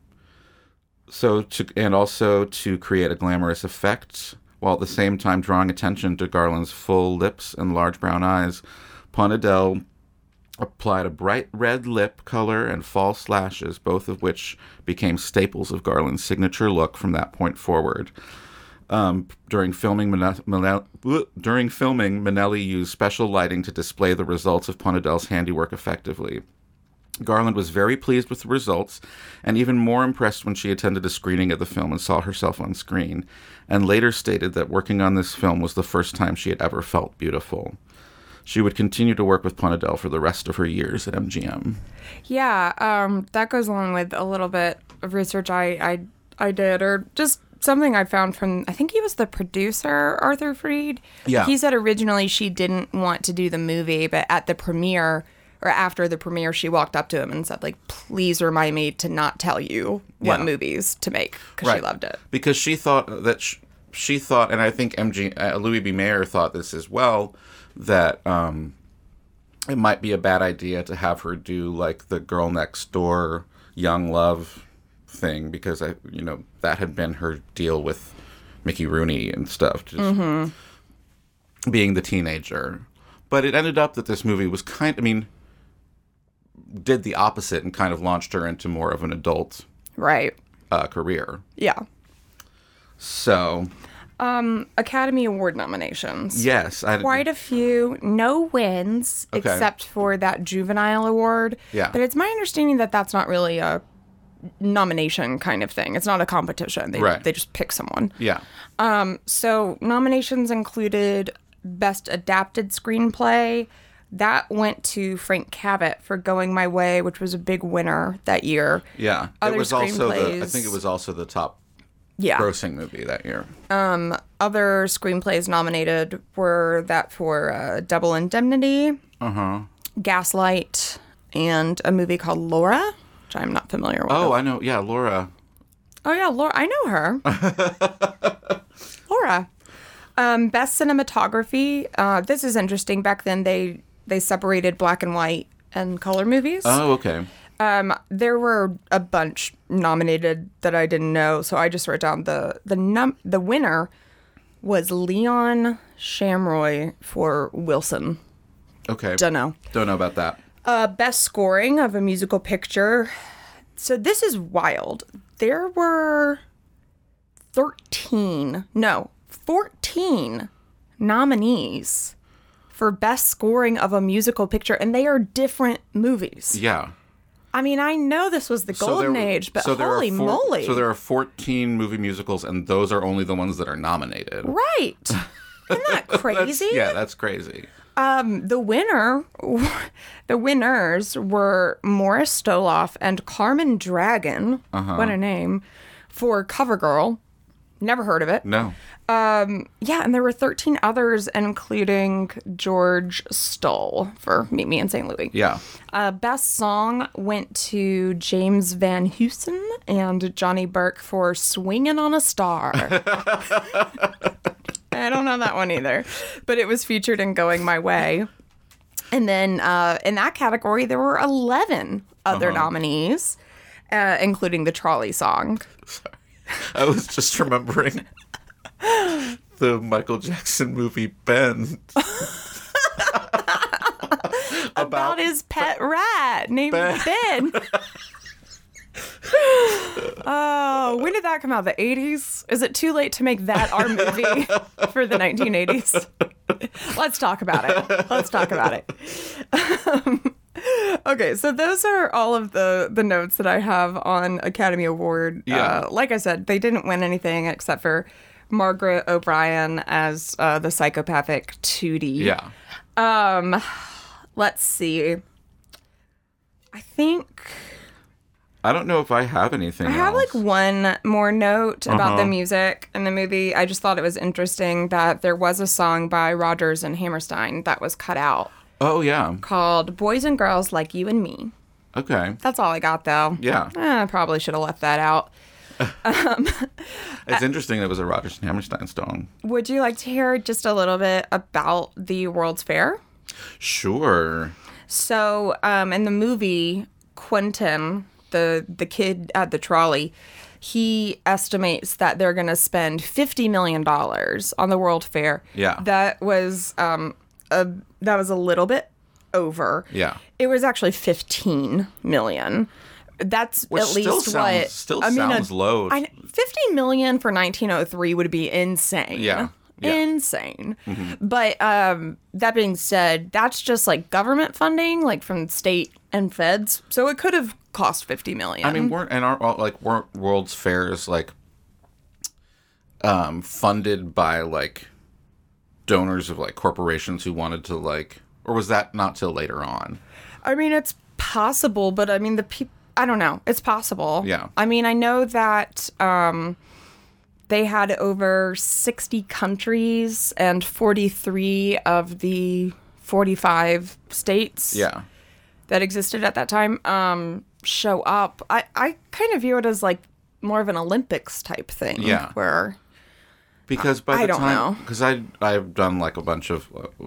Speaker 1: so to and also to create a glamorous effect while at the same time drawing attention to garland's full lips and large brown eyes ponadell applied a bright red lip color and false lashes both of which became staples of garland's signature look from that point forward um, during filming, Mine- Mine- bleh, during filming, Minnelli used special lighting to display the results of Ponadell's handiwork effectively. Garland was very pleased with the results and even more impressed when she attended a screening of the film and saw herself on screen, and later stated that working on this film was the first time she had ever felt beautiful. She would continue to work with Ponadell for the rest of her years at MGM.
Speaker 3: Yeah, um, that goes along with a little bit of research I, I I did, or just something I found from I think he was the producer Arthur Freed.
Speaker 1: Yeah.
Speaker 3: he said originally she didn't want to do the movie, but at the premiere or after the premiere, she walked up to him and said, "Like, please remind me to not tell you what
Speaker 1: Yeah.
Speaker 3: movies to make because she loved it."
Speaker 1: because she thought that sh- she thought, and I think MG uh, Louis B. Mayer thought this as well that um, it might be a bad idea to have her do like the girl next door young love thing because I you know that had been her deal with Mickey Rooney and stuff just being the teenager. But it ended up that this movie was kind I mean did the opposite and kind of launched her into more of an adult
Speaker 3: Right?
Speaker 1: uh, career.
Speaker 3: Yeah.
Speaker 1: So
Speaker 3: Academy Award nominations.
Speaker 1: Yes, I
Speaker 3: quite a few, no wins
Speaker 1: Okay.
Speaker 3: except for that juvenile award.
Speaker 1: Yeah.
Speaker 3: But it's my understanding that that's not really a nomination kind of thing. It's not a competition. They,
Speaker 1: Right.
Speaker 3: they just pick someone.
Speaker 1: Yeah,
Speaker 3: So nominations included Best Adapted Screenplay. That went to Frank Cabot for Going My Way, which was a big winner that year.
Speaker 1: yeah.
Speaker 3: Other
Speaker 1: it was also the. I
Speaker 3: screenplays-
Speaker 1: think it was also the top
Speaker 3: Yeah.
Speaker 1: grossing movie that year.
Speaker 3: Other screenplays nominated were that for uh, Double Indemnity,
Speaker 1: Uh huh.
Speaker 3: Gaslight, and a movie called Laura, which I'm not familiar with.
Speaker 1: Oh, I know. Yeah, Laura.
Speaker 3: Oh yeah, Laura. I know her. Laura. Um, best cinematography. Uh, this is interesting. Back then, they they separated black and white and color movies.
Speaker 1: Oh, okay.
Speaker 3: Um, there were a bunch nominated that I didn't know, so I just wrote down the the num the winner was Leon Shamroy for Wilson.
Speaker 1: Okay.
Speaker 3: Don't know.
Speaker 1: Don't know about that.
Speaker 3: Uh, best scoring of a musical picture. So this is wild. There were 13, no, 14 nominees for best scoring of a musical picture, and they are different movies.
Speaker 1: Yeah.
Speaker 3: I mean, I know this was the golden age, but
Speaker 1: are
Speaker 3: holy
Speaker 1: four-
Speaker 3: moly.
Speaker 1: So there are 14 movie musicals, and those are only the ones that are nominated.
Speaker 3: right. Isn't
Speaker 1: *laughs*
Speaker 3: that crazy?
Speaker 1: Yeah, that's crazy.
Speaker 3: Mm, the winner *laughs* the winners were Morris Stoloff and Carmen Dragon.
Speaker 1: Uh-huh.
Speaker 3: What a name for Covergirl. Never heard of it. Um,
Speaker 1: No.
Speaker 3: Yeah, and there were 13 others including George Stoll for Meet Me in St. Louis.
Speaker 1: Yeah.
Speaker 3: Uh, best song went to James Van Heusen and Johnny Burke for Swingin' on a Star. I don't know that one either, but it was featured in Going My Way. And then uh, in that category, there were 11 other nominees, uh, including the trolley song.
Speaker 1: I was just
Speaker 3: *laughs*
Speaker 1: remembering the Michael Jackson movie
Speaker 3: *laughs*
Speaker 1: Ben. *laughs*
Speaker 3: About his pet rat named Ben. Oh, when did that come out? The 80s? Is it too late to make that
Speaker 1: *laughs*
Speaker 3: our movie for the 1980s? *laughs* Let's talk about it. Let's talk about it. Um, okay, so those are all of the the notes that I have on Academy Award.
Speaker 1: Yeah.
Speaker 3: Uh, like I said, they didn't win anything except for Margaret O'Brien as uh, the psychopathic Tootie.
Speaker 1: Yeah.
Speaker 3: Um, let's see. I think
Speaker 1: I don't know if I have anything.
Speaker 3: I have like
Speaker 1: else.
Speaker 3: one more note about the music in the movie. I just thought it was interesting that there was a song by Rogers and Hammerstein that was cut out
Speaker 1: Oh yeah.
Speaker 3: called Boys and Girls Like You and Me.
Speaker 1: Okay.
Speaker 3: That's all I got though.
Speaker 1: Yeah.
Speaker 3: Eh, I probably should have left that out.
Speaker 1: It's interesting that it was a Rodgers and Hammerstein song.
Speaker 3: Would you like to hear just a little bit about the World's Fair?
Speaker 1: Sure.
Speaker 3: So, um, in the movie, Quentin, the the kid at the trolley, he estimates that they're going to spend fifty million dollars on the World Fair.
Speaker 1: Yeah.
Speaker 3: that was um a that was a little bit over.
Speaker 1: Yeah.
Speaker 3: it was actually fifteen million. That's
Speaker 1: Which
Speaker 3: at least
Speaker 1: still sounds-
Speaker 3: what
Speaker 1: still
Speaker 3: I mean, a-
Speaker 1: sounds low.
Speaker 3: I, fifty million for nineteen oh three would be insane
Speaker 1: Yeah. Yeah. Mm-hmm.
Speaker 3: insane. But um, that being said, that's just like government funding, like from state and feds. So it could have cost fifty million.
Speaker 1: I mean, weren't and aren't all- like weren't World's Fairs like um funded by like donors of like corporations who wanted to like or was that not till later on?
Speaker 3: I mean, it's possible, but I mean, the people. I don't know. It's possible.
Speaker 1: Yeah.
Speaker 3: I mean, I know that um, they had over 60 countries and 43 of the 45 states
Speaker 1: Yeah.
Speaker 3: that existed at that time um, show up. I, I kind of view it as like more of an Olympics type thing.
Speaker 1: Yeah.
Speaker 3: Where
Speaker 1: Because by
Speaker 3: I
Speaker 1: the
Speaker 3: don't
Speaker 1: time
Speaker 3: know.
Speaker 1: because I I've done like a bunch of uh,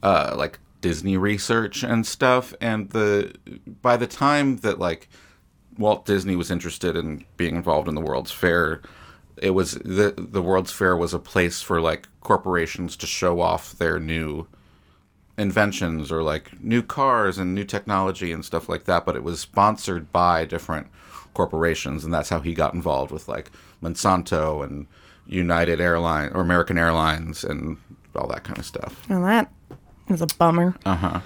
Speaker 1: uh like Disney research and stuff and the by the time that like Walt Disney was interested in being involved in the World's Fair. It was the the World's Fair was a place for like corporations to show off their new inventions or like new cars and new technology and stuff like that. But it was sponsored by different corporations, and that's how he got involved with like Monsanto and United Airlines or American Airlines and all that kind of stuff.
Speaker 3: well, that is a bummer. Uh huh.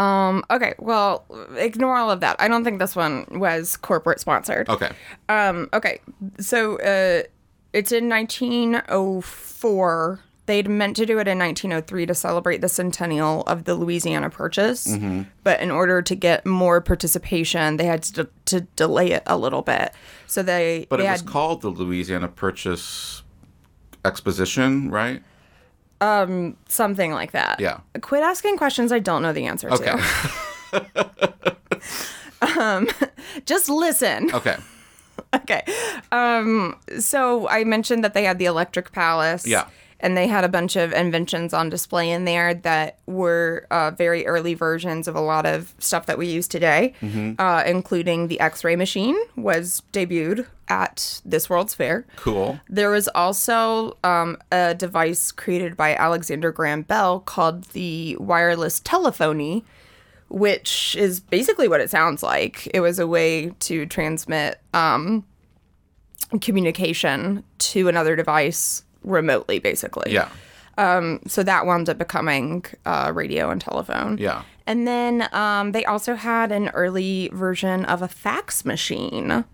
Speaker 3: Um, okay, well, ignore all of that. I don't think this one was corporate sponsored.
Speaker 1: Okay.
Speaker 3: Um, okay, so uh, it's in 1904. They'd meant to do it in 1903 to celebrate the centennial of the Louisiana Purchase,
Speaker 1: Mm-hmm.
Speaker 3: but in order to get more participation, they had to, to delay it a little bit. So they
Speaker 1: But
Speaker 3: they
Speaker 1: it was
Speaker 3: had,
Speaker 1: called the Louisiana Purchase Exposition, right?
Speaker 3: something like that.
Speaker 1: Yeah.
Speaker 3: Quit asking questions I don't know the answer
Speaker 1: Okay.
Speaker 3: to. Just listen.
Speaker 1: okay.
Speaker 3: *laughs* Okay. Um, so I mentioned that they had the Electric Palace.
Speaker 1: Yeah.
Speaker 3: And they had a bunch of inventions on display in there that were uh, very early versions of a lot of stuff that we use today, uh, including the X-ray machine was debuted at this World's Fair.
Speaker 1: Cool.
Speaker 3: There was also um, a device created by Alexander Graham Bell called the wireless telephony, which is basically what it sounds like. It was a way to transmit um, communication to another device remotely, basically.
Speaker 1: Yeah.
Speaker 3: So that wound up becoming uh, radio and telephone.
Speaker 1: Yeah.
Speaker 3: And then um, they also had an early version of a fax machine. Uh,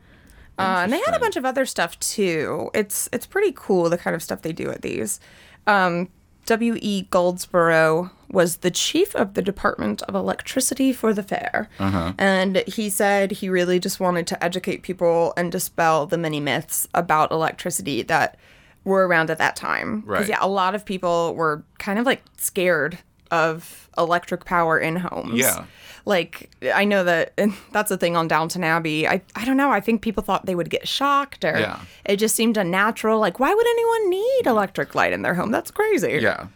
Speaker 3: and they had a bunch of other stuff too. It's it's pretty cool the kind of stuff they do at these. Um, W. E. Goldsboro was the chief of the Department of Electricity for the fair,
Speaker 1: Uh-huh.
Speaker 3: and he said he really just wanted to educate people and dispel the many myths about electricity that were around at that time. 'Cause,
Speaker 1: Right.
Speaker 3: Yeah, a lot of people were kind of like scared of electric power in homes.
Speaker 1: Yeah.
Speaker 3: Like I know that and that's the thing on Downton Abbey. I I don't know. I think people thought they would get shocked or
Speaker 1: Yeah.
Speaker 3: it just seemed unnatural. Like why would anyone need electric light in their home? That's crazy.
Speaker 1: Yeah.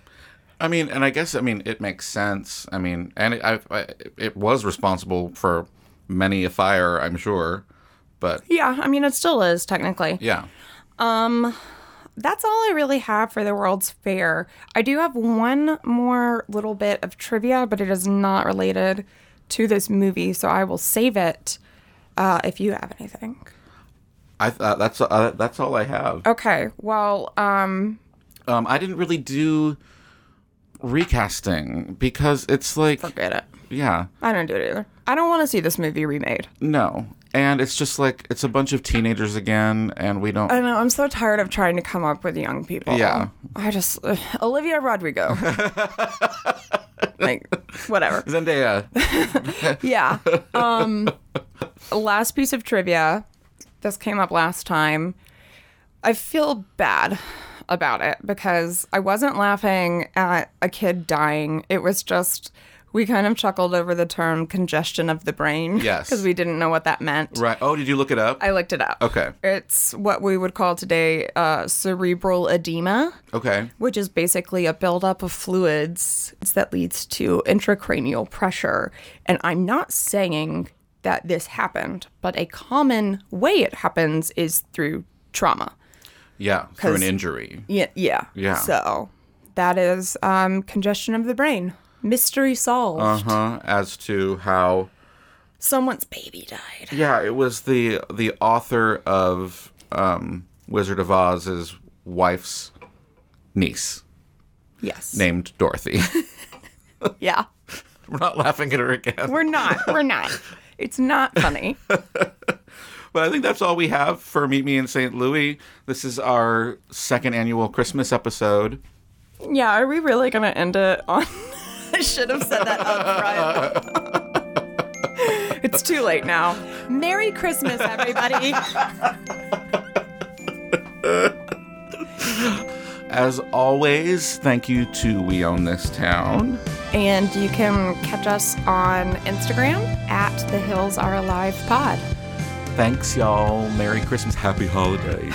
Speaker 1: I mean, and I guess I mean it makes sense. I mean, and it, I, I, it was responsible for many a fire, I'm sure. But
Speaker 3: Yeah, I mean it still is technically.
Speaker 1: yeah,
Speaker 3: That's all I really have for the World's Fair. I do have one more little bit of trivia, but it is not related to this movie, so I will save it uh, if you have anything.
Speaker 1: I uh, that's uh, that's all I have.
Speaker 3: Okay. Well, um,
Speaker 1: Um, I didn't really do recasting because it's like
Speaker 3: forget it.
Speaker 1: yeah,
Speaker 3: I don't do it either. I don't want to see this movie remade.
Speaker 1: no, and it's just like it's a bunch of teenagers again, and we don't.
Speaker 3: I know. I'm so tired of trying to come up with young people.
Speaker 1: Yeah.
Speaker 3: I just
Speaker 1: *laughs*
Speaker 3: Olivia Rodrigo. like whatever.
Speaker 1: Zendaya.
Speaker 3: Yeah. Um last piece of trivia. This came up last time. I feel bad about it because I wasn't laughing at a kid dying. It was just we kind of chuckled over the term congestion of the brain. *laughs*
Speaker 1: Yes.
Speaker 3: Because we didn't know what that meant.
Speaker 1: right. Oh, did you look it up?
Speaker 3: I looked it up.
Speaker 1: Okay.
Speaker 3: It's what we would call today uh, cerebral edema,
Speaker 1: okay.
Speaker 3: which is basically a buildup of fluids that leads to intracranial pressure. And I'm not saying that this happened, but a common way it happens is through trauma.
Speaker 1: Yeah, through an
Speaker 3: 'Cause-
Speaker 1: injury.
Speaker 3: Yeah. Yeah.
Speaker 1: Yeah.
Speaker 3: So that is um, congestion of the brain. Mystery solved.
Speaker 1: Uh huh. As to how
Speaker 3: Someone's baby died.
Speaker 1: Yeah, it was the the author of um, Wizard of Oz's wife's niece
Speaker 3: Yes.
Speaker 1: named Dorothy. *laughs*
Speaker 3: Yeah.
Speaker 1: We're not laughing at her again.
Speaker 3: We're not.
Speaker 1: *laughs*
Speaker 3: We're not. It's not funny.
Speaker 1: But I think that's all we have for Meet Me in St. Louis. This is our second annual Christmas episode.
Speaker 3: Yeah, are we really gonna end it on? *laughs* I should have said that up front. it's too late now. Merry Christmas, everybody.
Speaker 1: As always, thank you to We Own This Town.
Speaker 3: and you can catch us on Instagram at the Hills Are Alive Pod.
Speaker 1: Thanks, y'all. Merry Christmas. Happy holidays.